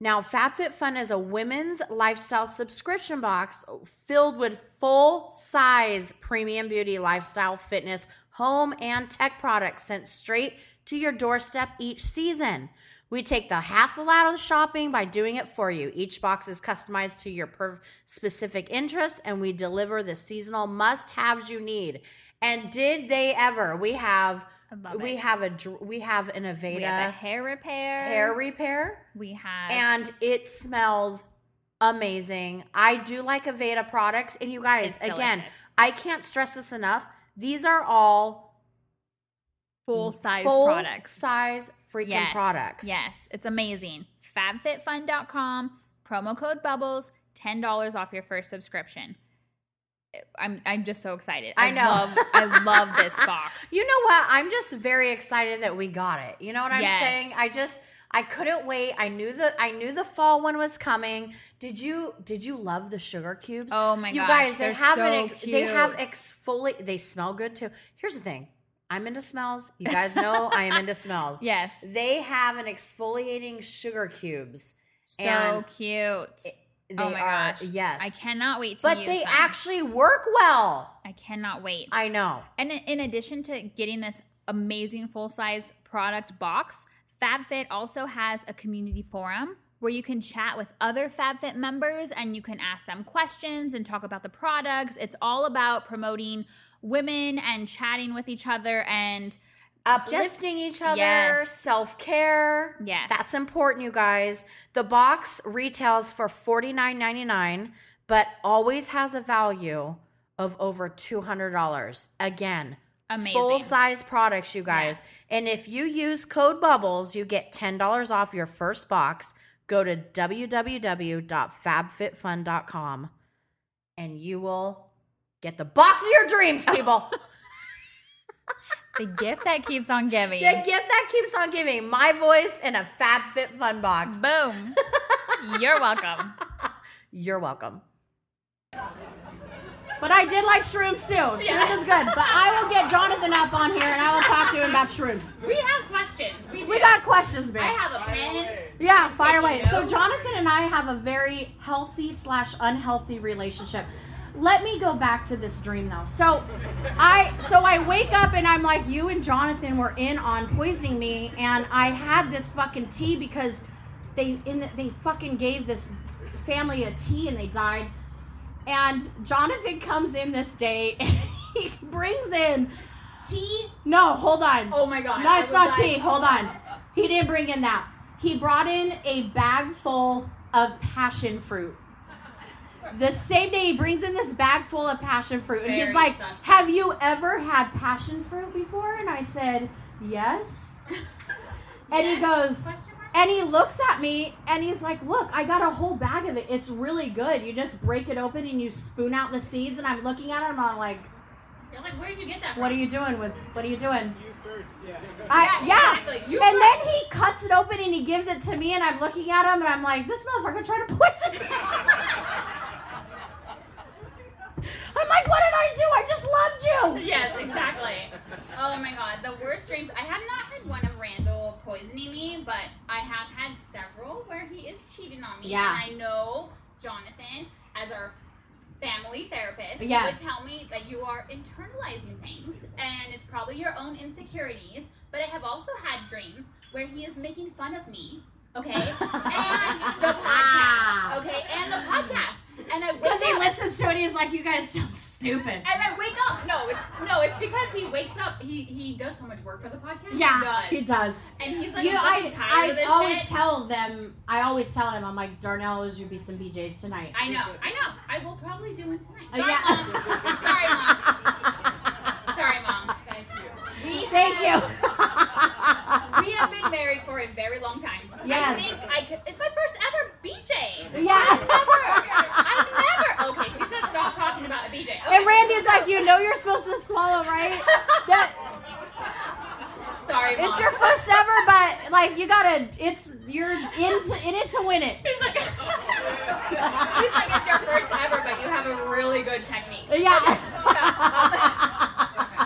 now FabFitFun is a women's lifestyle subscription box filled with full size premium beauty, lifestyle, fitness, home, and tech products sent straight to your doorstep each season. We take the hassle out of shopping by doing it for you. Each box is customized to your per- specific interests, and we deliver the seasonal must-haves you need. And did they ever? We have I love we it. have a dr- we have an Aveda We have a hair repair. hair repair We have and it smells amazing. I do like Aveda products. And you It's guys, again, delicious. I can't stress this enough. These are all full size full products. size freaking yes. products. Yes, it's amazing. FabFitFun.com promo code Bubbles ten dollars off your first subscription. I'm I'm just so excited. I know. love, I love this box. You know what? I'm just very excited that we got it. You know what I'm Yes. saying? I just I couldn't wait. I knew the I knew the fall one was coming. Did you did you love the sugar cubes? Oh my you gosh, guys, they they're have so an they have cute. exfoliate. They smell good too. Here's the thing. I'm into smells. You guys know I am into smells. Yes, They have an exfoliating sugar cubes. so And cute. They oh my are, gosh! Yes. I cannot wait to But use they them. actually work well. I cannot wait. I know. And in- in addition to getting this amazing full size product box, FabFit also has a community forum where you can chat with other FabFit members and you can ask them questions and talk about the products. It's all about promoting women and chatting with each other and uplifting each other, Yes. self care. Yes. That's important, you guys. The box retails for $49.99, but always has a value of over $200. Again, Amazing. Full size products, you guys. Yes. And if you use code BUBBLES, you get $10 off your first box. Go to www.fabfitfun.com and you will get the box of your dreams, people. the gift that keeps on giving. The gift that keeps on giving. My voice in a Fab Fit Fun box. Boom. You're welcome. You're welcome. But I did like shrooms too. Shrooms is good. But I will get Jonathan up on here and I will talk to him about shrooms. We have questions. We do. We got questions, man. I have a pen. Yeah, fire away. So Jonathan and I have a very healthy slash unhealthy relationship. Let me go back to this dream though. So I so I wake up and I'm like, you and Jonathan were in on poisoning me, and I had this fucking tea because they in the, they fucking gave this family a tea and they died. And Jonathan comes in this day and he brings in tea. No, hold on. Oh my God, No, I it's was not like- tea. Hold on. He didn't bring in that. He brought in a bag full of passion fruit. The same day he brings in this bag full of passion fruit and he's Very like, suspect. "Have you ever had passion fruit before?" And I said, "Yes." And he goes, Question mark? and he looks at me and he's like, Look, I got a whole bag of it. It's really good. You just break it open and you spoon out the seeds. And I'm looking at it and I'm like, You're like, where'd you get that? What from? are you doing with what are you doing? I, yeah. Yeah, exactly. You and were- then he cuts it open and he gives it to me, and I'm looking at him and I'm like, this motherfucker trying to poison me. I'm like, what did I do? I just loved you. Yes, exactly. Oh my god, the worst dreams. I have not had one of Randall poisoning me, but I have had several where he is cheating on me. Yeah. And I know Jonathan, as our family therapist, he Yes. would tell me that you are internalizing things and it's probably your own insecurities. But I have also had dreams where he is making fun of me. Okay, and the podcast. Okay, and the podcast. And I wake Because he up- listens to it, he's like, you guys sound stupid. and I wake up. No, it's no, it's because he wakes up. He he does so much work for the podcast. Yeah, he he does. does. And he's like, You, I'm I, fucking tired of I this always shit. tell them. I always tell him. I'm like, Darnell owes you be some BJ's tonight. I know, I know. I will probably do one tonight. Uh, Sorry, yeah. mom. Sorry, mom. Sorry, mom. Thank you. We Thank have, you. We have been married for a very long time. I Yes. think I could. It's my first BJ. Yeah. I never. Okay, she said stop talking about a BJ. Okay. And Randy's like, you know you're supposed to swallow, right? That Sorry, mom. it's your first ever, but like you gotta, it's you're into in it to win it. He's like, he's like, it's your first ever, but you have a really good technique. Yeah,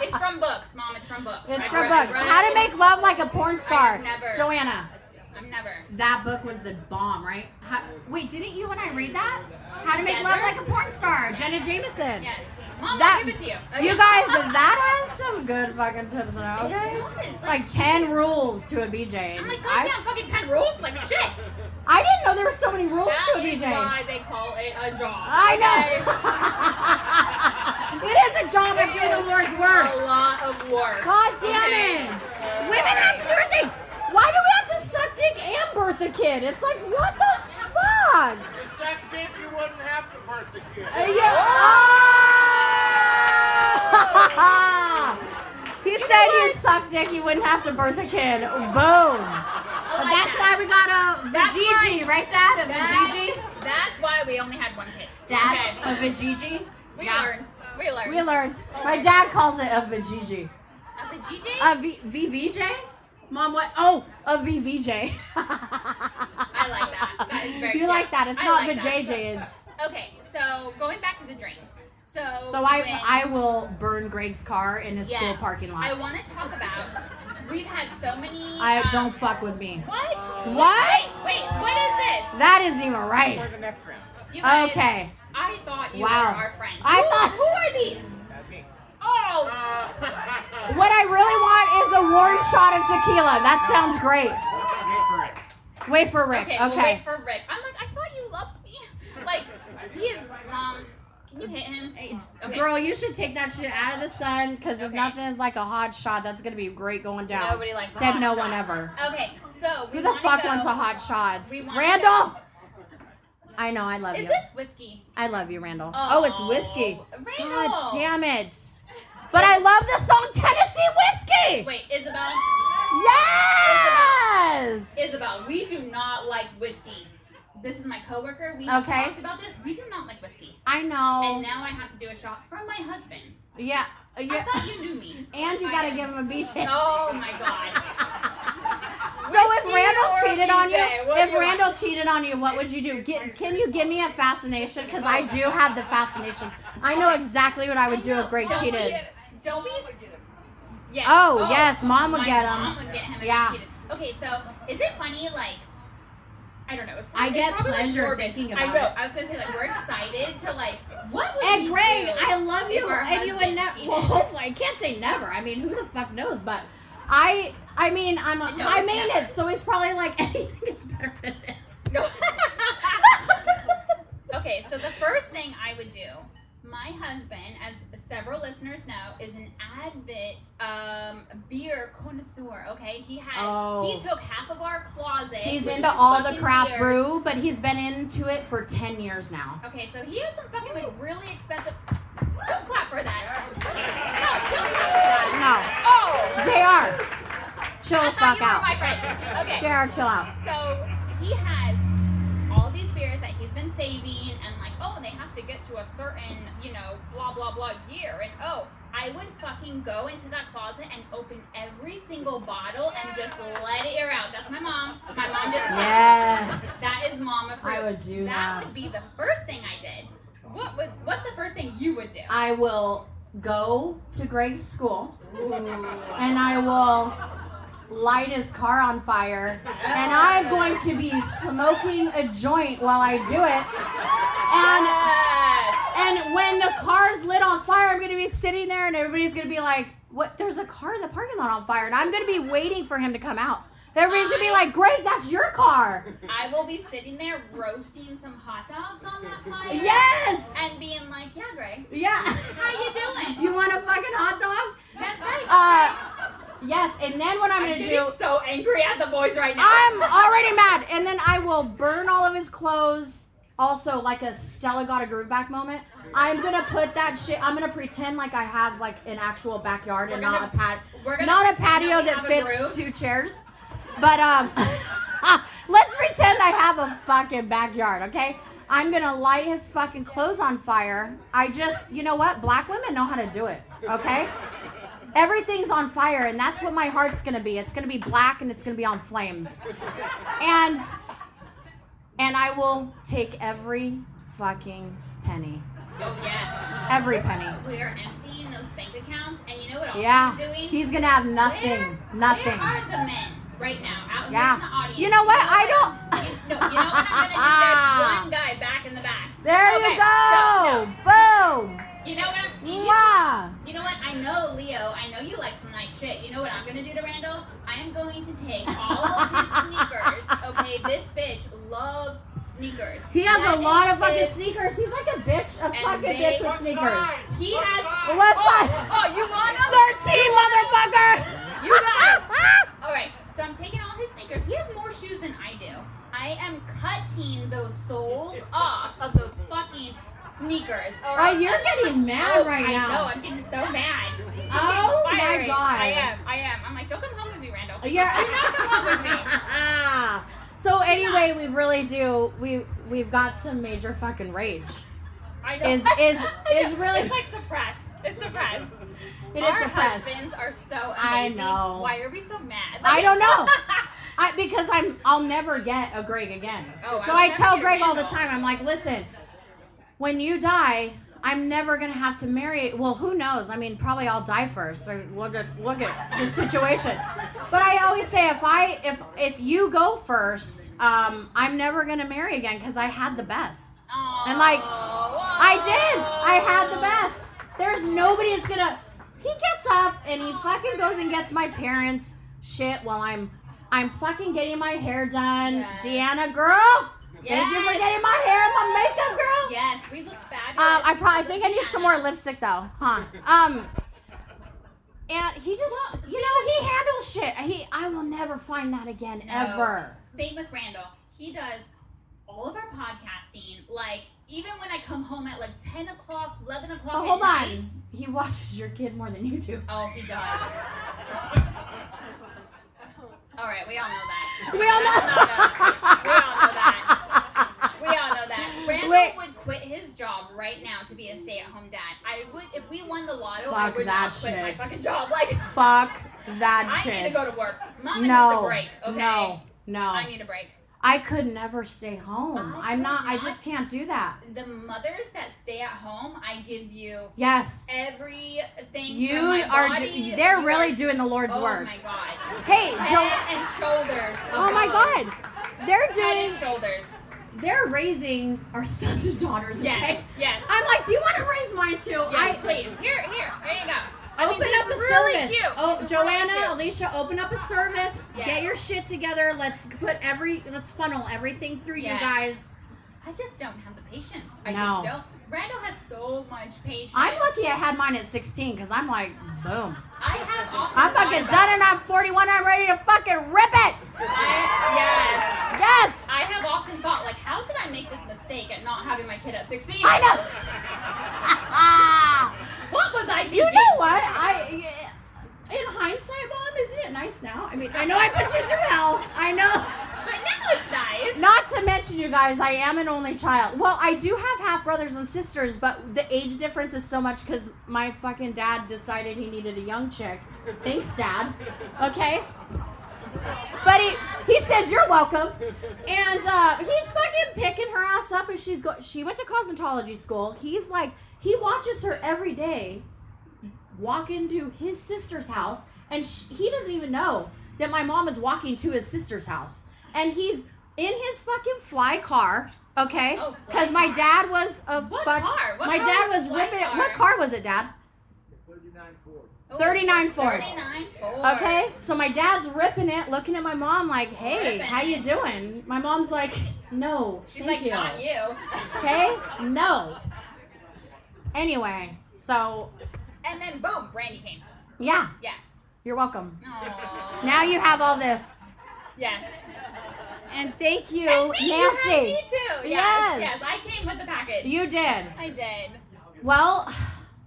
It's from books, mom. It's from books. it's I've from read- books. read- How to make love like a porn star. never- Joanna, I'm never. That book was the bomb, right? How, wait, didn't you and I read that? How to make Together? love like a porn star, Jenna Jameson. Yes. Mom, That- I'll give it to you. you guys, that has some good fucking tips now. Okay, It it's does. like ten rules to a BJ. I'm like, I, goddamn, fucking ten rules. Like, shit. I didn't know there were so many rules That to a is BJ. why they call it a job. I okay? know. it is a job of doing the Lord's work. A lot of work. God damn okay? it! Women have to do everything. Why do we have to suck dick and birth a kid? It's like what the fuck? If that dick, you wouldn't have to persecute. Uh, yeah. he said you suck dick, you wouldn't have to birth a kid. Boom. I like That's that. why we got a That's Vijiji, right, Dad? A That- Vijiji. That's why we only had one kid. Dad, Okay. a Vijiji. We Yeah. learned. We learned. We learned. My dad calls it a Vijiji. A Vijiji? A v- VVJ? Mom, what? Oh, a VVJ. I like that. That is very you cute. like that. It's I not like that. VJJ. It's, Okay, so going back to the dreams. So so I Oh, when- I will burn Greg's car in his school Yes. parking lot. I I, want to talk about. We've had so many. um, don't fuck with me. What? What? Wait, wait, what is this? That isn't even right. the next round. You guys, Okay. I thought you Wow. were our friends. I who, thought- Who are these? That's me. Oh, What I really want is a warm shot of tequila. That sounds great. Wait for it. Wait for Rick. okay. Okay. We'll wait for Rick. I'm like, I thought you loved me. Like, he is mom. Can you hit him? Okay. Girl, you should take that shit out of the sun because if Okay. nothing is like a hot shot, that's gonna be great going down. Nobody likes a Said hot no shot. one ever. Okay, so we Who the wanna fuck go- wants a hot shot? We wanna Randall. go- I know. I love Is you. this whiskey? I love you, Randall. Oh, it's whiskey. Randall. God damn it. But I love the song Tennessee Whiskey. Wait, Isabel. Yes. Isabel, we do not like whiskey. This is my coworker. We Okay. Oh. talked about this. We do not like whiskey. I And know. now I have to do a shot from my husband. Yeah. I Yeah. thought you knew me. And you gotta give him a BJ. Oh my god. So if Whiskey Randall or cheated on you, BJ? What do if you want? Randall cheated on you, what would you do? Get, can you give me a fascination? Because I do have the fascinations. I know exactly what I would do if Greg Don't we cheated. get- Don't we? Yes. Oh, yes, Mom would my get him. Mom would get him if Yeah. he cheated. Okay, so is it funny? Like, I don't know. It's I it's get probably, like, pleasure morbid. thinking I about know. it. I was gonna say like we're excited to like what would And we Greg, do I love if you, our and you would husband never. cheated? Well, hopefully, I can't say never. I mean, who the fuck knows? But I, I mean, I'm, a, No, I it's mean never. it. So it's probably like anything is better than this. No. okay, so the first thing I would do, my husband, as several listeners know, is an avid um, beer connoisseur. Okay, he has Oh. he took half of our closet. He's with into his all the fucking craft beers. brew, but he's been into it for ten years now. Okay, so he has some fucking like really expensive. Don't clap for that. No, don't clap for that. No, Oh, Jr. Chill I the thought fuck you were out. my friend. Okay. Jr. Chill out. So he has all these beers that he's been saving, and like, oh, they have to get to a certain, you know, blah blah blah year, and oh, I would fucking go into that closet and open every single bottle and just let it air out. That's my mom. My mom just Yes. That is mom approved. I would do that. would be the first thing I did. What was? What's the first thing you would do? I will go to Greg's school Ooh. and I will light his car on fire and I'm going to be smoking a joint while I do it. And Uh, Yes. and when the car's lit on fire, I'm going to be sitting there and everybody's going to be like, "What? There's a car in the parking lot on fire." And I'm going to be waiting for him to come out. Everybody's going to be like, "Greg, that's your car." I will be sitting there roasting some hot dogs on that fire. Yes. and being like, "Yeah, Greg, Yeah. how you doing?" You want a fucking hot dog? That's right. Uh, yes, and then what I'm I'm gonna getting do, so angry at the boys right now. I'm already mad, and then I will burn all of his clothes. Also, like a Stella got a groove back moment. I'm gonna put that shit. I'm gonna pretend like I have like an actual backyard and We're gonna- not a pat, we're gonna not a pretend patio that that we have a fits groove. two chairs. But um, let's pretend I have a fucking backyard, okay? I'm gonna light his fucking clothes on fire. I just, you know what? Black women know how to do it, okay? Everything's on fire, and that's what my heart's gonna be. It's gonna be black and it's gonna be on flames. And and I will take every fucking penny. Oh yes. Every penny. We are emptying those bank accounts, and you know what else Yeah. I'm doing? He's gonna have nothing. Where- Nothing. Where are the men right now out there Yeah. in the audience? You know what? I I'm- You, no, you know what I'm gonna do? There's one guy back in the back. There Okay, you so, no. go! Boom! You know what? I'm, you, Mwah! you know what? I know Leo. I know you like some nice shit. You know what I'm gonna do to Randall? I am going to take all of his sneakers. Okay, this bitch loves sneakers. He has That a lot is of fucking his- sneakers. He's like a bitch, a And fucking they- bitch with sneakers. He has. What size? Oh, oh, you want them? 13, motherfucker! You got it. All right. So I'm taking all his sneakers. He has more shoes than I do. I am cutting those soles off of those fucking sneakers. All Oh, right. you're getting mad Oh, right I know. now. I'm getting so mad. I'm Oh, getting my fiery. God. I am. I am. I'm like, don't come home with me, Randall. Yeah. Do not come home with me. Ah. so anyway, we really do. We we've got some major fucking rage. I know. Is- is- I know. is really- It's like suppressed. It's suppressed. It is Our suppressed. husbands are so amazing. I know. Why are we so mad? I don't know. I, because I'm I'll never get a Greg again. Oh, so I'll I never tell get a Greg all the Randall. time. I'm like, listen, when you die, I'm never gonna have to marry. Well, who knows? I mean, probably I'll die first. So look at look at the situation. But I always say, if I if if you go first, um, I'm never gonna marry again because I had the best. And like, I did. I had the best. There's nobody that's gonna. He gets up and he fucking goes and gets my parents shit while I'm, I'm fucking getting my hair done. Yes. Deanna, girl, thank you for Yes. getting my hair and my makeup, girl. Yes, we look fabulous. Um, I probably think I need some more lipstick though, huh? Um, and he just, Well, you see, know, he handles shit. He, I will never find that again No. ever. Same with Randall. He does all of our podcasting. Like even when I come home at like ten o'clock, eleven o'clock. But at hold on, night- he watches your kid more than you do. Oh, he does. all right, we all know that. We all know. we all know that. know. We all know that. Randall Wait. would quit his job right now to be a stay-at-home dad. I would if we won the lotto. I Fuck would that not quit my shit. fucking job. Like Fuck that I shit. need to go to work. Mama needs No, a break. Okay. no, no. I need a break. I could never stay home. I I'm could not. I not. just can't do that. The mothers that stay at home, I give you Yes, everything. You from my are body. do- they're You really are- doing the Lord's oh work. my god. Hey, Head Joe. and shoulders. Oh my above. God. They're Head doing. and shoulders. They're raising our sons and daughters. Okay. Yes. Yes. I'm like, do you want to raise mine too? yes. I please. Here. Here. There you go. I mean, open he's up a really service. Cute. Oh, He's really Joanna, cute. Alicia, open up a service. Yes. Get your shit together. Let's put every. Let's funnel everything through Yes. you guys. I just don't have the patience. I No. just don't. Randall has so much patience. I'm lucky I had mine at 16 because I'm like, boom. I have often I'm thought fucking about- done and I'm 41. I'm ready to fucking rip it. I, yes. Yes. I have often thought, like, how did I make this mistake at not having my kid at 16? I know. What was I thinking? you know what? I. In hindsight, mom, isn't it nice now? I mean, I know I put you through hell. I know. But now it's nice. Not to mention, you guys, I am an only child. Well, I do have half brothers and sisters, but the age difference is so much because my fucking dad decided he needed a young chick. Thanks, dad. Okay. But he, he says you're welcome, and uh, he's fucking picking her ass up, and she's go. She went to cosmetology school. He's like he watches her every day walk into his sister's house, and sh- he doesn't even know that my mom is walking to his sister's house. And he's in his fucking fly car, okay? Oh, fly Because my car. dad was a What fuck- car? What my car dad was was the fly ripping it. car? What car was it, Dad? Oh, 39 Ford. 39 Ford. Okay, so my dad's ripping it, looking at my mom like, "Hey, Ripping how you it. doing?" My mom's like, "No, She's thank like, not you. Okay, no. Anyway, so And then boom, Brandy came. yeah, Yes. you're welcome. Aww. Now you have all this, Yes. and thank you, And me, you had Nancy. me too. Yes, Yes. yes. I came with the package. You did. I did. Well,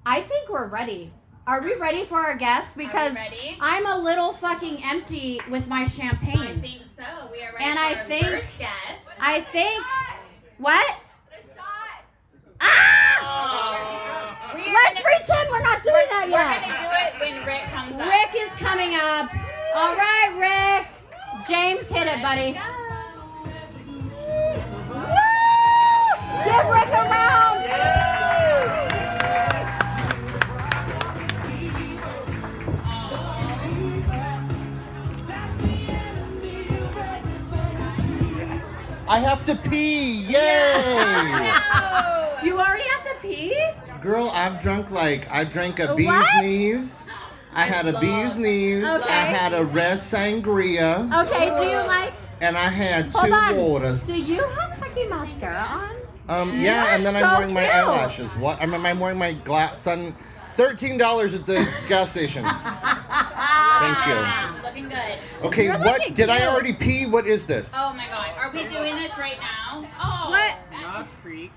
I think we're ready. Are we ready for our guest? Because ready? I'm a little fucking empty with my I champagne. think so. We are ready And for I our think- first guest. I think. What? The shot. Oh, Ah! We're Let's gonna- pretend we're not doing We're, that we're yet. gonna do it when Rick comes up. Rick is coming up. All right, Rick. James, hit it, buddy. Woo! Give Rick a round. I have to pee. Yay! You already have to pee? Girl, I've drunk like I drank a bee's What? knees. I had a bee's knees. Okay. I had a red sangria. Okay, do you like. And I had two Hold on. waters. Do you have fucking mascara on? Um, yeah, and then so I'm wearing my cute. eyelashes. What? I mean, I'm wearing my glass. Sun. Thirteen dollars at the gas station. Thank you. Gosh, looking good. Okay, You're what looking did I cute. already pee? What is this? Oh my god, are we doing this right now? Oh, What? Knob Creek.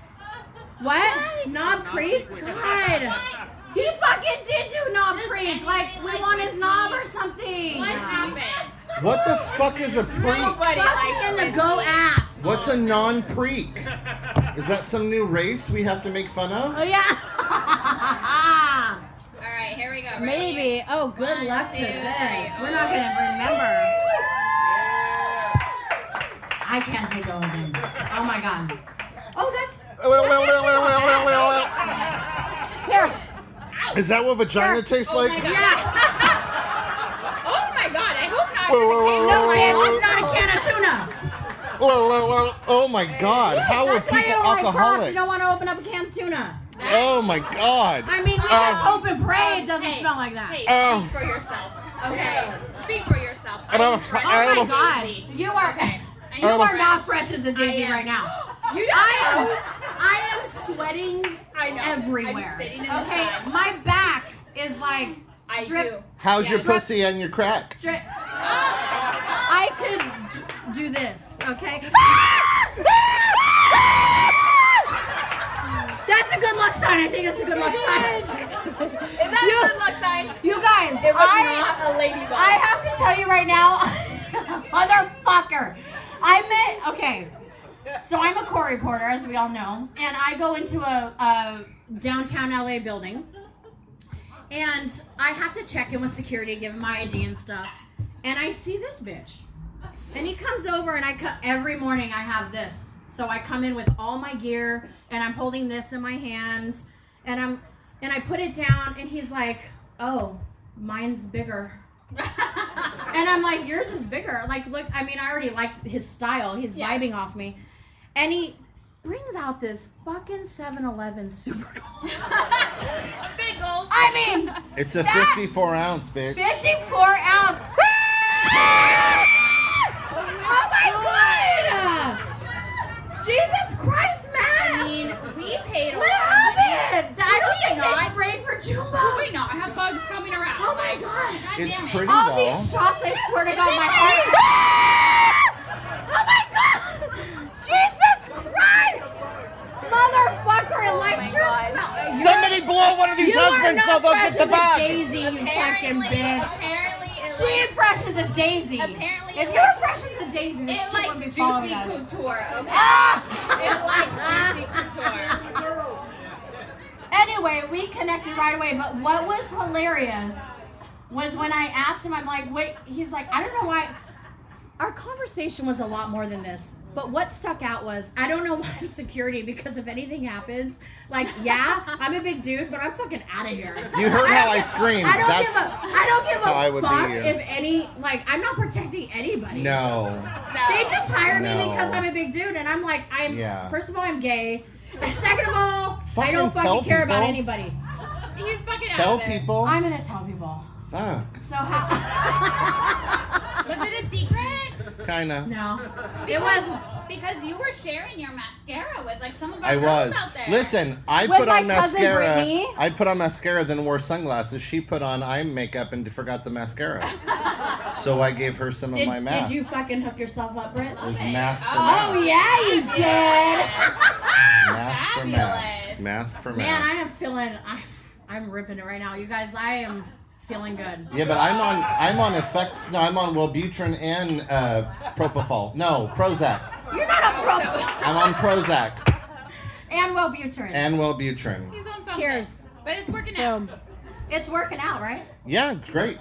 What? Knob Creek? God. He fucking did do Knob Does Creek. anything Like, we like want his whiskey? knob or something. What happened? What the fuck is a preek? Nobody Fuck me likes in the this. go ass. What's a non-preek? Is that some new race we have to make fun Oh, of? yeah. All right, here we go. Ready? Maybe. Oh, good One, luck to two, this. three. We're not going to remember. I can't take all of them. Oh, my God. Oh, that's. Here. Ah, Is that what vagina tastes Oh my like? god. Yeah. Oh my god, I hope not. Whoa, whoa, whoa, No, whoa, man, whoa, it's not a can of tuna. whoa, whoa, whoa. Oh my god, how are That's why you people don't like frogs. You alcoholics? don't want to open up a can of tuna. Oh my god. I mean, Um, we just hope and pray it doesn't Hey, smell like that. Hey, Oh. speak for yourself. Okay, speak for yourself. I don't- I'm trying- I Oh my don't- God, you are you don't- are not fresh as a daisy I am. right now. You don't know. I am I am sweating I know. everywhere. I'm sitting in the okay, sun. my back is like I drip- do. How's your Yeah. pussy and your crack? dri- I could d- do this. Okay. That's a good luck sign. I think that's a good luck sign. Is that You- a good luck sign? You guys, It was I not a ladybug. I have to tell you right now, motherfucker. I met okay. So I'm a core reporter, as we all know, and I go into a, a downtown LA building, and I have to check in with security, give him my ID and stuff, and I see this bitch, and he comes over, and I co- every morning I have this, so I come in with all my gear, and I'm holding this in my hand, and I'm and I put it down, and he's like, "Oh, mine's bigger." And I'm like, yours is bigger. Like, look, I mean, I already like his style. He's Yes. vibing off me. And he brings out this fucking 7 Eleven Super Bowl. a big old. I mean, It's a That- 54 ounce, bitch. 54 ounce. oh my god! Jesus Christ, I Matt! mean, we paid. a What lot of money. happened? I don't we think not- they sprayed for Jumbo. Do we not have bugs coming around? Oh my Like, God. God It's damn it. pretty All though. these shots, I swear to God, my heart. oh my God! Jesus Christ! Motherfucker, it Oh my likes your God. smell. You're- Somebody blow one of these you are husbands so not they'll fresh get as the a bag. daisy, you fucking Apparently, bitch. apparently, it She ain't likes, fresh as a daisy. Apparently if it you're likes- fresh as a daisy, this it shit likes wouldn't be juicy following us. couture. Okay, Ah! it likes juicy couture. Anyway, we connected right away. But what was hilarious was when I asked him, I'm like, what? He's like, I don't know why. Our conversation was a lot more than this. But what stuck out was, I don't know why I'm security because if anything happens, like, yeah, I'm a big dude, but I'm fucking out of here. You heard how I screamed. I don't give That's a, I don't give how I would a be fuck here. if any, like, I'm not protecting anybody. no. They just hired me No. because I'm a big dude, and I'm like, I'm. Yeah. First of all, I'm gay. And second of all, I Fucking don't tell fucking care about people. anybody. He's fucking Tell out of it. people. I'm gonna tell people. Fuck. So how? Was it a secret? Kinda. No, it was Because you were sharing your mascara with like some of our I girls was. out there. Listen, I With put my on cousin mascara. Brittany. I put on mascara, then wore sunglasses. She put on eye makeup and forgot the mascara. so I gave her some of my Did, mask. did you fucking hook yourself up, Britt? It was mask for Oh mask. yeah, you did. Mask for Fabulous. mask. Mask for Man, I mask. am feeling. I, I'm ripping it right now, you guys. I am feeling good. Yeah, but I'm on I'm on effects. No, I'm on Wellbutrin and uh, Propofol. No, Prozac. You're not a pro. I'm on Prozac And Wellbutrin. and Wellbutrin. He's on something. Cheers. But it's working out. It's working out, right? Yeah, great.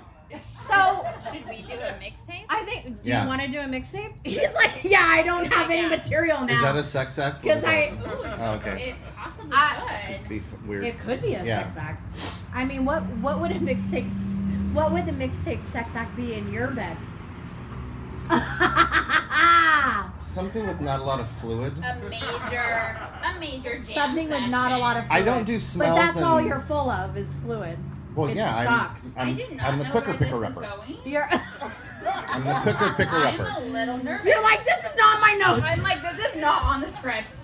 So Should we do a mixtape? I think. Do Yeah. you want to do a mixtape? He's like, yeah, I don't have any material Is that now. a sex act? Oh, Because I, Ooh, okay. It possibly I- could. Be f- weird. it could be a Yeah. sex act. I mean, what what would a mixtape? s- What would the mixtape sex act be in your bed? Something with not a lot of fluid. Uh, A major, a major jam Something with session. not a lot of. I Fluid. don't do But smells. that's and, all you're full of is fluid. Well, it yeah, sucks. I'm. I I'm, did not I'm the know quicker where picker this is upper. going. You're I'm the quicker picker I'm upper. a little nervous. you're like this is not my I'm notes. like, this is not on the script.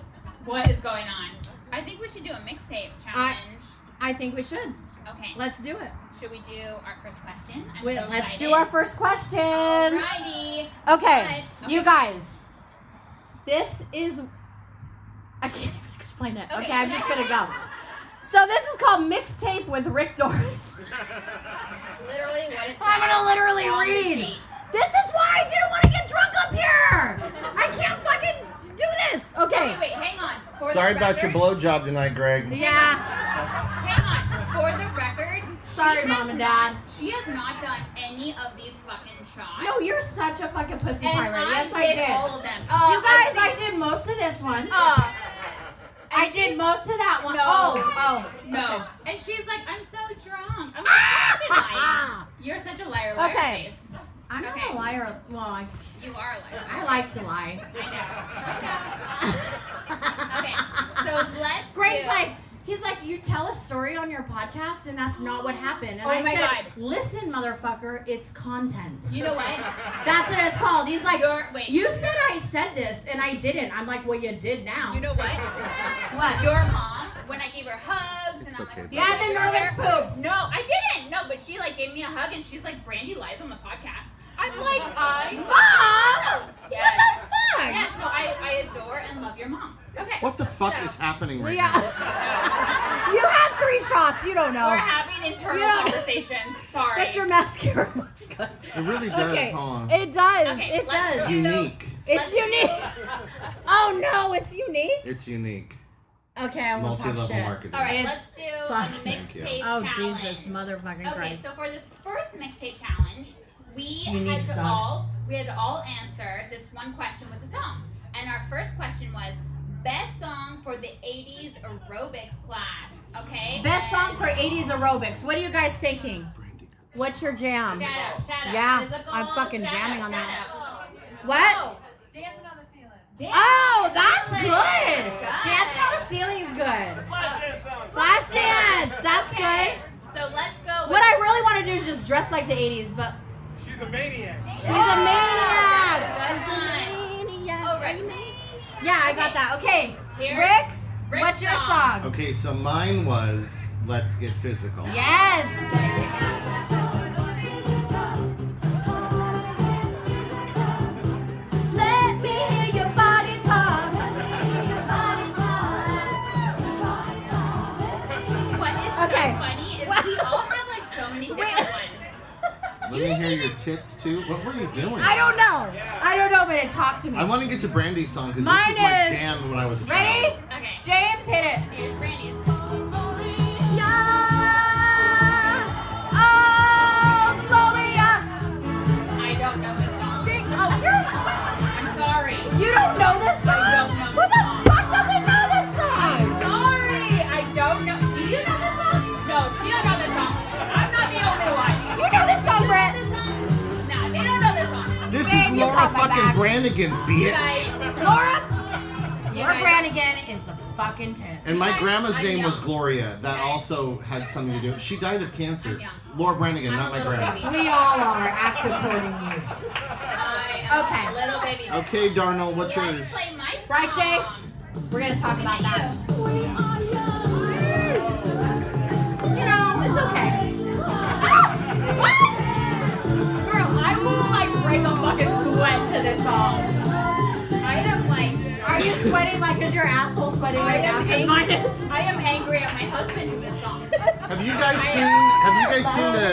What is going on? I think we should do a mixtape challenge. I think we should. okay. Let's do it. should we do our first question? I'm Wait, so let's excited. do our first question. Alrighty. Okay, But- you okay. guys, this is. I can't even explain it. Okay, Okay. I'm just gonna go. So this is called mixtape with Rick Doris. Literally, what it's. I'm gonna literally on the read. sheet. This is why I didn't want to get drunk up here. I can't fucking do this. Okay. Wait, wait, hang on. For the Sorry about your record- blowjob tonight, Greg. Yeah. Hang on. For the record, Sorry, she has Mom and not- Dad. She has not done any of these fucking shots. No, you're such a fucking pussy And pirate. I Yes, I did did. all of them. Oh, You guys, I I did most of this one. Oh. I did most of that one. No. Oh, oh, No. okay. And she's like, I'm so drunk. I'm like, "You've been lying. You're such a liar, liar Okay. face. I'm not Okay. a liar. Well, I, You are a liar. I like to lie. I know. okay. So let's Greg's do- like, he's like, you tell a story on your podcast, and that's not what happened. And Oh I my said, God. listen, motherfucker, it's content. You know what? That's what it's called. He's like, You're- wait. you said I said this, and I didn't. I'm like, well, you did now. You know what? what? Your mom, when I gave her hugs and It's I'm okay, like, it's yeah, the nervous poops. No, I didn't. No, but she like gave me a hug and she's like, Brandy lies on the podcast. I'm like, Mom, I. what Yes. the fuck? Yeah, so I, I adore and love your mom. Okay. What the fuck so, is happening right now? Yeah. you had three shots. You don't know. We're having internal You don't- conversations. Sorry. But your mascara looks good. It really does. Okay. Hold on. It does. Okay, it let's does. do- unique. It's Let's do- unique. oh no, it's unique. It's unique. Okay, I won't talk Multi-level shit. marketing. All right, It's let's do a fucking- mixtape Oh challenge. Jesus, motherfucking Okay, Christ! so for this first mixtape challenge, we Unique had to songs. all we had to all answer this one question with a song. And our first question was best song for the 80s aerobics class. Okay. Best and- song for '80s aerobics. What are you guys thinking? What's your jam? Shout out, shout out. Yeah, Physical, I'm fucking shout jamming out, on shout that. out. What? Oh, Dancing on the ceiling. Oh, that's Good. good. Good. Dancing on the ceiling's good. Flash sounds. Flash dance. That's good. So let's go. With What I really want to do is just dress like the '80s, but She's a maniac. she's a maniac. Good one. Maniac. All right. Yeah, I got Okay. that. Okay, Here. Rick, Rick's what's your song. song? Okay, so mine was Let's Get Physical. Yes. Let me hear your body talk. What is Okay. so funny is we all have like so many different Let ones. me hear your tits too. What were you doing? I don't know. I don't know, but it talked to me. I want to get to Brandy's song because this Mine was my is- jam when I was a Ready? child. Okay. James, hit it. Here's Brandy's. Oh, Yeah. Oh, Gloria. I don't know this song. Ding- Oh, you're, I'm sorry. you don't know this song? I don't know Who this the song. fuck doesn't know this song? Sorry. I don't know. Do you know this song? No, you don't know this song. I'm not the only one. You know this song, Brett. Brett. This song? Nah, they don't know this song. This Man, is you Laura got my fucking back. Brannigan, You bitch. guys. Laura. You Laura guys- Branigan is the fucking tent. And my Guys, grandma's I'm name was young. Gloria. That Guys. also had something to do. She died of cancer. I'm young. Laura Brannigan, I'm not a my little grandma. baby. We all are act according you. I am Okay. a little baby. Okay, Darnell, what's yours? Let's play my song. Right, Jake? We're gonna talk about that. You know, it's okay. Girl, I will like break a fucking sweat to this song. I am like. Are you you sweating? Like, is your asshole sweating Oh, right now? 'Cause mine is. I am angry at my husband who is gone. Have you guys seen? Have you guys seen the?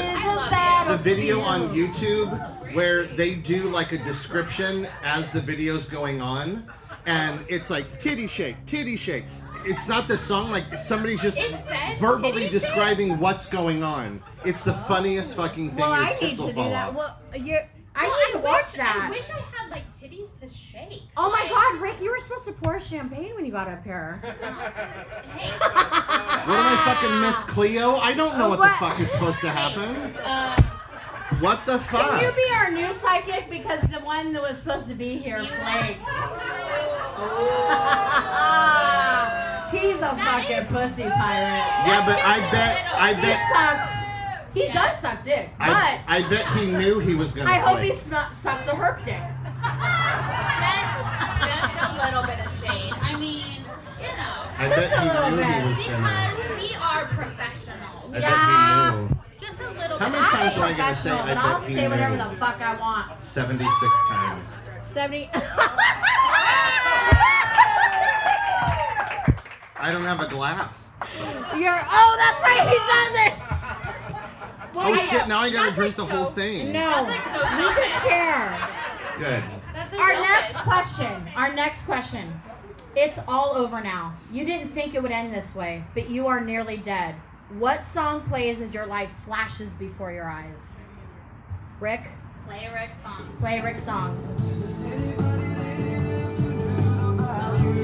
the The video on YouTube where they do like a description as the video's going on, and it's like titty shake, titty shake. It's not the song, like somebody's just It says verbally titty describing what's going on. It's the funniest fucking thing. Well, Your I tits need to will do fall that. off. Well, you. I Well, need to wish- watch that. I wish I had like titties to shake. Oh my Like, God, Rick, you were supposed to pour champagne when you got up here. Hey, what am I fucking Miss Cleo? I don't know Uh, what, ah. what- the fuck is supposed to happen. uh, What the fuck? Can you be our new psychic because the one that was supposed to be here do you flaked. like? Ah, He's a That fucking is- pussy pirate. yeah, but I Just a bet, little. I He bet, sucks. He Yeah. does suck dick, but I, I, I bet he knew he was gonna. hope play. he sm- sucks a herp dick. That's just a little bit of shade. I mean, you know, I bet Just a little he knew bit. he was gonna. because we are professionals. I Yeah. bet he knew. Just a little How many bit. I'm times a am I gonna say professional, I but bet I'll he say whatever knew? the fuck I want. 76 times. Seventy. I don't have a glass. You're. Oh, that's right. He does it. Oh shit, now I gotta That's drink like the whole so- thing. No, That's like so you can selfish. share. Good. That's a Our little next bit. question. Our next question. It's all over now. You didn't think it would end this way, but you are nearly dead. What song plays as your life flashes before your eyes? Rick, Play a Rick song. play Rick's song. Oh,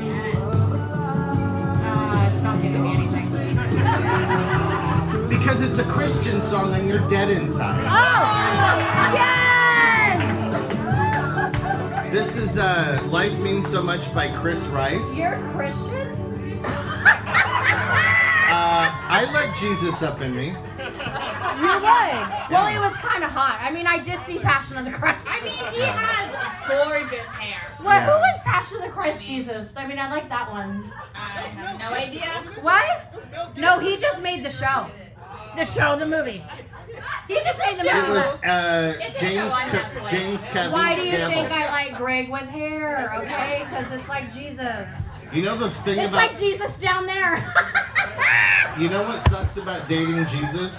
yes. Uh, it's not giving me anything. Because it's a Christian song and you're dead inside. Oh! Yes! This is uh, Life Means So Much by Chris Rice. You're Christian? Uh, I let Jesus up in me. You would. Well, it was kind of hot. I mean, I did see Passion of the Christ. I mean, he has gorgeous hair. what? Who Yeah. was Passion of the Christ Jesus? I mean, I like that one. I have no idea. What? No, he just made the show. The show, the movie. He just made the It was movie. uh, It's a James show on Ca- Netflix. James Kevin Why do you think Campbell. I like Greg with hair? Okay, because it's like Jesus. You know the thing It's about like Jesus down there. you know what sucks about dating Jesus?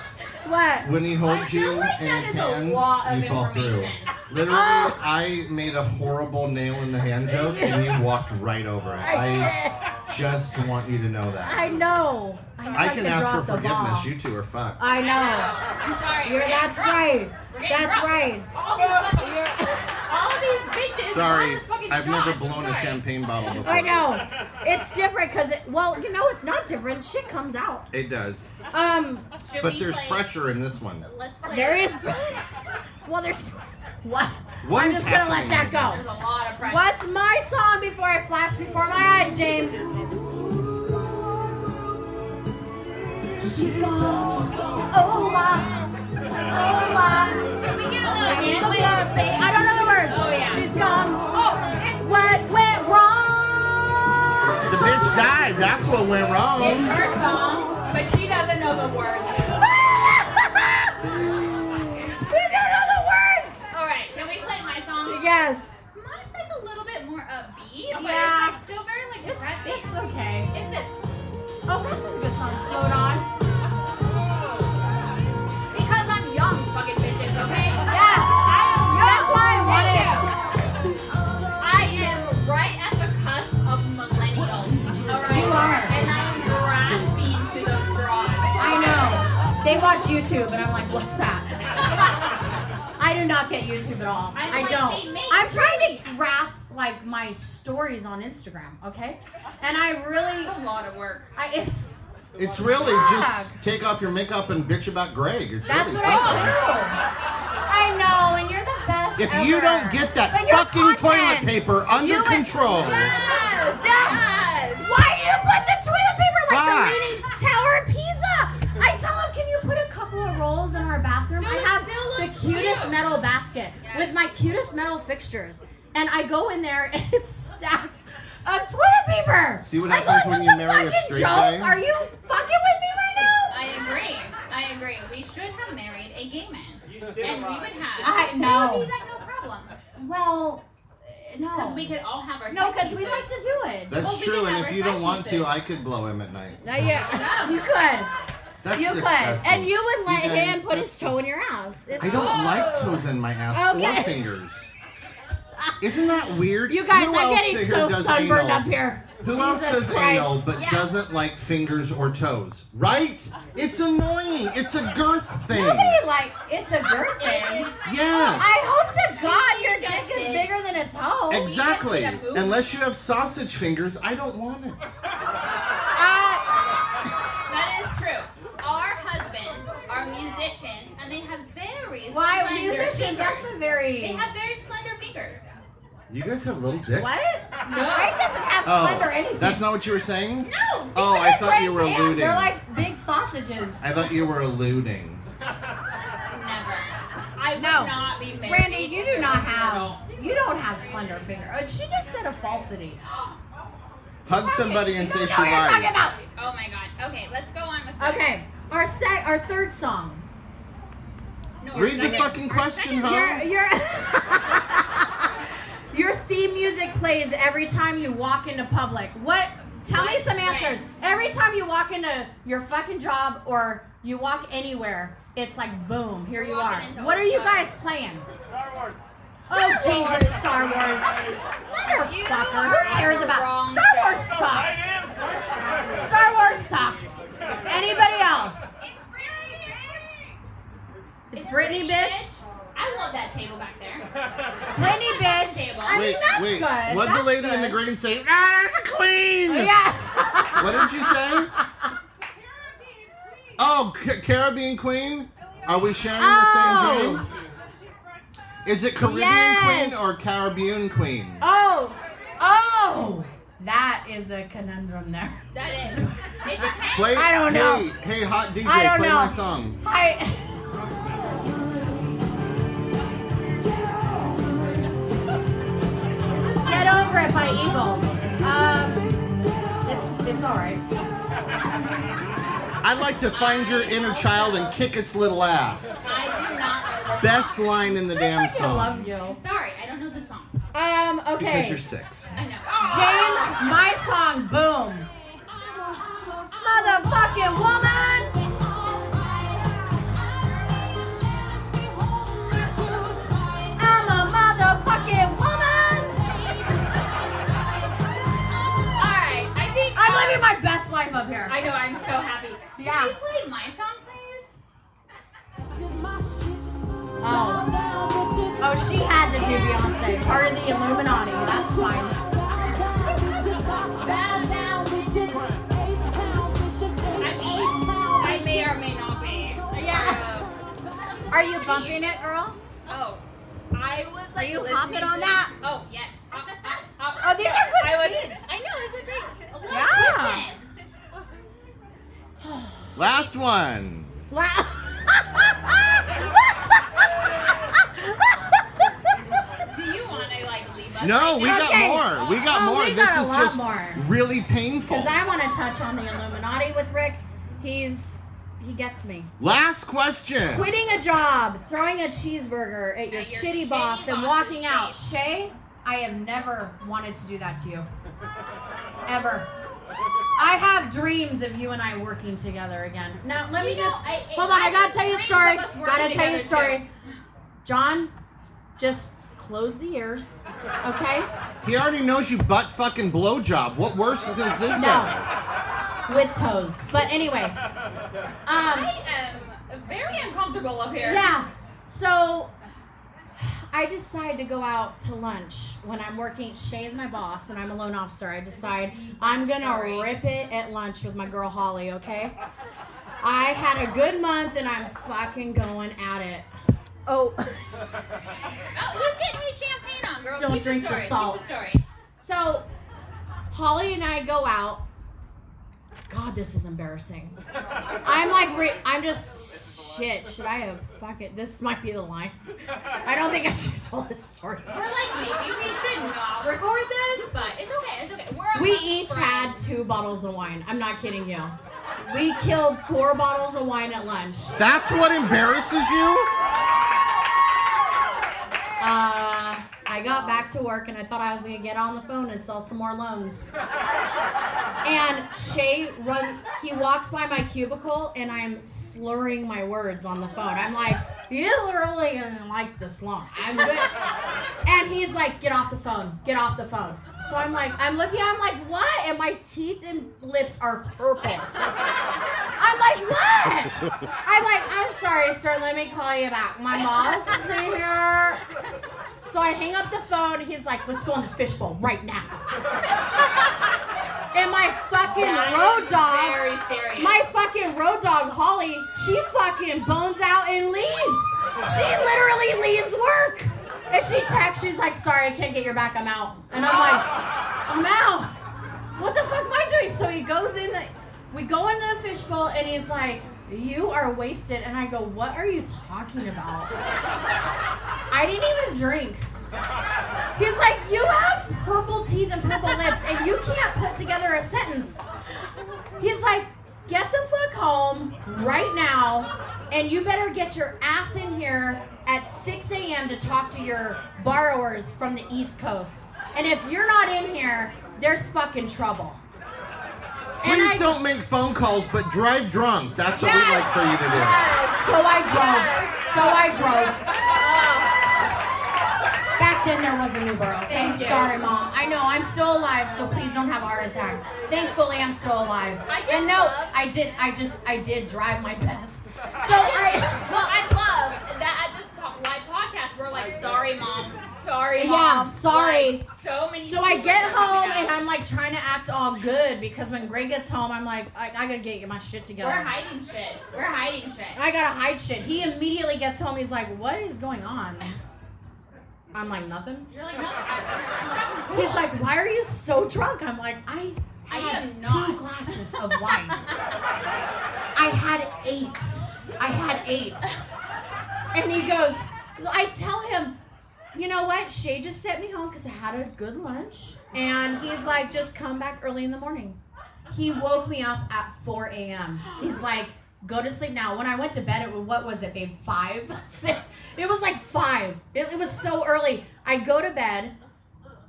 what? When he I holds feel you like in that his is a hands, lot of you fall through. information. Literally, Oh. I made a horrible nail in the hand joke, and you walked right over it. I just want you to know that. I know. I, like can to ask for drop the forgiveness. ball. You two are fucked. I know. I'm sorry. You're, we're that's getting right. drunk. We're getting That's drunk. right. All these, fucking, You're- all these bitches. Sorry, all fucking I've shots. never blown I'm a sorry. champagne bottle before. I know. It's different because it. Well, you know, it's not different. Shit comes out. It does, Um. Should but we there's play- pressure in this one. Let's play. There is. Well, there's. What? What I'm is just gonna let that happening? There's a go. lot of pressure. What's my song before I flash before my eyes, James? She's gone. Oh my. Oh my. Can we get a I little look hand at her face. I don't know the words. Oh, yeah. She's gone. Oh, it's What went The wrong? bitch died. That's what went It's wrong. her song, but she doesn't know the words. we don't know the words. All right, can we play my song? Yes. Mine's like a little bit more upbeat, but Yeah. it's like still very like It's depressing. it's okay. It's this. Oh, this is a good song. Float on. Because I'm young, fucking bitches, okay? Yeah. I am young. That's why I wanted Thank you. I am right at the cusp of millennial. All right. You are. And I am grasping to the straws. I know. They watch YouTube, and I'm like, what's that? I do not get YouTube at all. I'm I like, don't. they make- I'm trying to grasp like my stories on Instagram, okay? And I really, It's a lot of work. I it's It's really Fuck. just take off your makeup and bitch about Greg. It's that's really what I simple. do. I know, and you're the best. If you ever. don't get that But your fucking toilet content- paper under You would- control, Yes! Yes! Yes! Why do you put the toilet paper like Fuck. the Leaning Tower of Pisa? I tell him, can you put a couple of rolls in our bathroom? No, I it have still the looks cutest cute. metal basket with my cutest metal fixtures, and I go in there and it's stacks of toilet paper. See what Like, happens oh, when is you this marry a fucking straight joke? guy? Are you fucking with me right now? I agree. I agree. We should have married a gay man. You should And we have. would have. I There would know. be like no problems. Well, no. Because we could all have our no, side because we pieces. like to do it. could. That's Well, we true, can and have if you don't want to, references. I could blow him at night. Now, yeah, you could. That's you could, disgusting. and you would let You guys- him put his toe in your ass. It's I don't like toes in my ass Okay. or fingers. Isn't that weird? You guys, Who I'm else getting here so does sunburned anal? up here. Who else Jesus does Christ. anal but Yeah. doesn't like fingers or toes? Right? It's annoying. It's a girth thing. Nobody like it's a girth It thing. is- Yeah. I hope to God your Just dick is did. bigger than a toe. Exactly. You just did a move. Unless you have sausage fingers, I don't want it. Uh, That is true. Our husbands are musicians, and they have very why slender musicians? Fingers. That's a They very have very slender fingers. You guys have little dicks. what? Mike doesn't have slender Oh, anything. that's not what you were saying. No. Oh, I thought you were Frank's hands, alluding. They're I like big sausages. thought you were alluding. Never. I would No. not be married. Randy, you if do it not was have. little. You don't have slender finger. Oh, she just said a falsity. Hug somebody and You say don't know she what you're talking lies. about. Oh my god. Okay, let's go on with. Okay, our set, our third song. No, our Read the second- fucking our question, second- huh? Your your theme music plays every time you walk into public. What? Tell me Like some answers. this. Every time you walk into your fucking job or you walk anywhere, it's like boom, here you Walking are. into What are you Ulta. guys playing? Star Wars. Oh Jesus, Star Wars. Motherfucker, are who cares in the about wrong Star Wars place. I sucks. am. Star Wars sucks. Anybody else? It's Is it Britney, bitch. I love that table back there. Britney, bitch. I mean, Wait, that's wait. good. What the That's lady in the good. green say? Ah, that's a queen. Yeah. What did you say? Oh, C- Caribbean Queen? Are we sharing the Oh. same dream? Is it Caribbean Yes. Queen or Caribbean Queen? Oh, oh, that is a conundrum there. That is. It depends. Play, I don't know. Hey, hey hot DJ, I don't play know. my song. I. Get over it by Eagles. Um, it's it's all right. I'd like to find your inner child and kick its little ass. I do not know this. Best line in the damn I love song. you. I'm sorry, I don't know the song. Um, Because okay. you're James, six. I know. Oh, my song, boom. Motherfucking woman. I'm a motherfucking woman. All right, I think. I'm living my best life up here. I know. I'm so happy. Yeah. Can you play my song, please? Oh. Oh, she had to do Beyonce, part of the Illuminati. That's fine. I mean, I may or may not be. Yeah. Uh, Are you bumping it, girl? Oh, I was like. you listening hopping to on this- that? Oh yes. Hop, hop, hop. Oh, these are good uh, I was. seats. I know. It's a great. A lot Yeah. yeah. Last one. La- Do you want to like leave us? No, right we got Okay. more. We got Oh, more. we this got a is lot just more. really painful. Because I want to touch on the Illuminati with Rick. He's he gets me. Last question. Quitting a job, throwing a cheeseburger at your, At your shitty shitty boss, and boss's walking out. face. Shay, I have never wanted to do that to you. Ever. I have dreams of you and I working together again. Now let You me know, just I- I- hold on. I, I gotta have tell you a dreams story. of us working Gotta tell you a together, story. too. John, just close the ears, okay? He already knows you butt fucking blowjob. What worse is this? Is No, with toes. But anyway, um, I am very uncomfortable up here. Yeah. So I decide to go out to lunch when I'm working. Shay's my boss, and I'm a loan officer. I decide I'm gonna Sorry. rip it at lunch with my girl Holly. Okay. I had a good month, and I'm fucking going at it. Oh, Oh, he's getting his champagne on, girl. Don't Keep drink the the, story. salt. Keep the story. so Holly and I go out. God, this is embarrassing. I'm like, re- I'm just shit. Should I have fuck it? This might be the line. I don't think I should have told this story. We're like, maybe we should not record this, but it's okay. It's okay. We're We amongst each friends. had two bottles of wine. I'm not kidding you. We killed four bottles of wine at lunch. That's what embarrasses you? Uh, I I got back to work and I thought I was gonna get on the phone and sell some more loans. and Shay run he walks by my cubicle and I'm slurring my words on the phone. I'm like, you really didn't like this loan. I'm good. and he's like, get off the phone, get off the phone. So I'm like, I'm looking, I'm like, what? And my teeth and lips are purple. I'm like, what? I'm like, I'm sorry, sir. Let me call you back. My mom's sitting here. So I hang up the phone. He's like, let's go in the fishbowl right now. And my fucking That road is dog, very serious. my fucking road dog Holly, she fucking bones out and leaves. She literally leaves work. And she texts, she's like, sorry, I can't get your back. I'm out. And I'm like, I'm out. What the fuck am I doing? So he goes in the, we go into the fishbowl and he's like, you are wasted. And I go, what are you talking about? I didn't even drink. He's like, you have purple teeth and purple lips and you can't put together a sentence. He's like, get the fuck home right now and you better get your ass in here at 6 a.m. to talk to your borrowers from the East Coast. And if you're not in here, there's fucking trouble. Please don't make phone calls, but drive drunk. That's what we'd like for you to do. So I drove. So I drove. Back then there was a new borough. Thank I'm you. sorry, mom. I know I'm still alive, so please don't have a heart attack. Thankfully, I'm still alive. I just and no, love- I did. I just I did drive my best. So I. Well, I love that at this po- live podcast, we're like, sorry, mom. Sorry, Yeah, mom. sorry. Like, so many. So I people get are coming home and out. I'm like trying to act all good because when Greg gets home, I'm like I, I gotta get my shit together. We're hiding shit. We're hiding shit. I gotta hide shit. He immediately gets home. He's like, "What is going on?" I'm like, "Nothing." You're like, no, I, I'm cool. He's like, "Why are you so drunk?" I'm like, "I I had am two not." glasses of wine. I had eight. I had eight. And he goes, I tell him, you know what? Shay just sent me home because I had a good lunch, and he's like, just come back early in the morning. He woke me up at 4 a.m. He's like, go to sleep now. When I went to bed, it was, what was it, babe? Five? Six? It was like five. It, it was so early. I go to bed.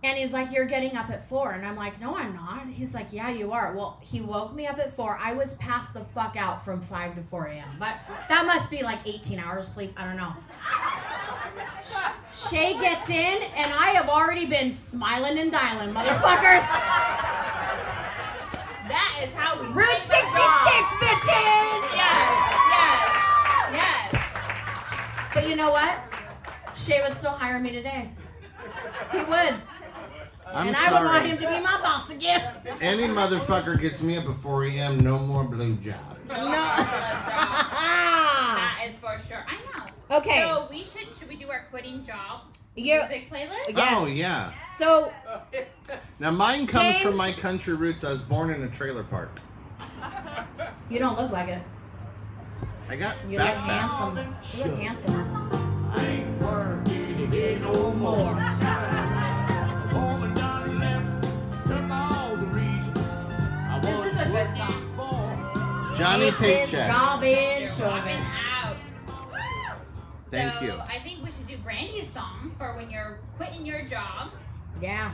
And he's like, You're getting up at four. And I'm like, No, I'm not. He's like, Yeah, you are. Well, he woke me up at four. I was past the fuck out from 5 to 4 a.m. But that must be like 18 hours sleep. I don't know. Sh- Shay gets in, and I have already been smiling and dialing, motherfuckers. That is how we. Route save the dog. 66, Yes, yes, yes. bitches! But you know what? Shay would still hire me today. He would. I'm and sorry. I would want him to be my boss again. Any motherfucker gets me up at 4 a.m. No more blue job. That is for sure. I know. Okay. So we should should we do our quitting job You- music playlist? Yes. Oh yeah. so Now mine comes James- from my country roots. I was born in a trailer park. you don't look like it. I got You look fat fat. handsome. You look handsome. This is a good song. Johnny This Paycheck. job is You're popping showing. out. Thank so you. I think we should do Brandy's song for when you're quitting your job. Yeah.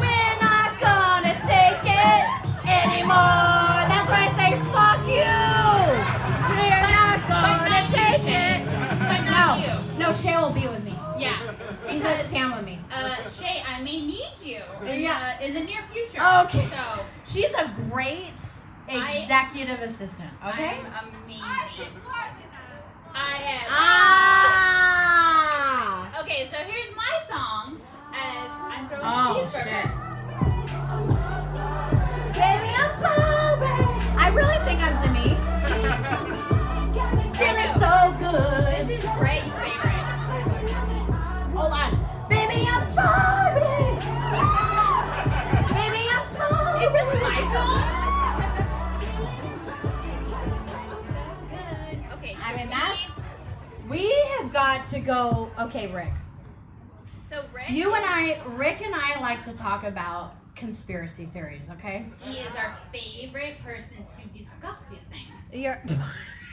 We're not gonna take it anymore. That's why I say fuck you. We're not But gonna not you, take Shay. it. But not No, no, Shay will be with me. you. Yeah. He's gonna stand with me. Uh, Shay, I may need you in, Yeah. the, in the near future. Okay. So She's a great executive assistant. Okay. I'm amazing. I am. Ah. Okay, so here's my song. As I'm throwing a Oh, cheeseburger. shit. Baby, I'm sorry. I really think I'm Demi. Feeling so Oh, good. This is Greg's favorite. Hold on. Baby, I'm sorry. Baby, I'm sorry. Is this my song? Okay. I mean, we- that's. We have got to go. Okay, Rick. So Rick. You and I, Rick and I like to talk about conspiracy theories, okay? He is our favorite person to discuss these things. You're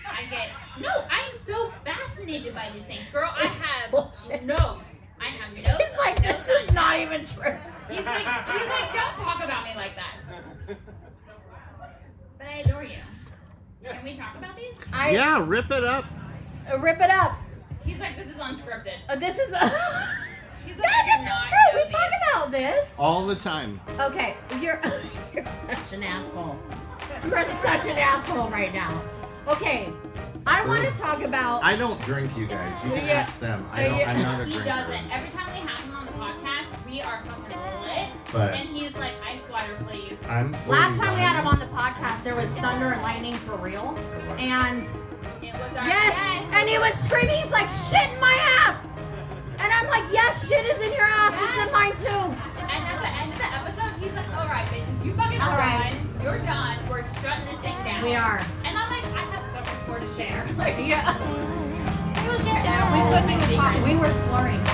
I get no. I am so fascinated by these things, girl. I have notes. I have notes. He's like, this is not even true. He's like, he's like, don't talk about me like that. But I adore you. Can we talk about these? yeah, rip it up. Uh, Rip it up. He's like, this is unscripted. Uh, This is He's No, like, this is true. We talk about this. All the time. Okay, you're you're such an asshole. You're such an asshole right now. Okay, I want to talk about. I don't drink, you guys. You can Yeah. ask them. I don't, I'm not a he drinker. doesn't. Every time we have him on the podcast, we are fucking lit. But- and he's like, ice water, please. I'm Last 41. time we had him on the podcast, there was thunder and lightning for real, and It was our yes, and he was screaming. He's like, "Shit in my ass," and I'm like, "Yes, shit is in your ass. It's in mine too." And at the end of the episode, he's like, all right, bitches, you fucking All done. right. You're done. We're shutting this thing down. We are. And I'm like, I have so much more to share. Like, Yeah, I will share. we couldn't even talk. We were slurring.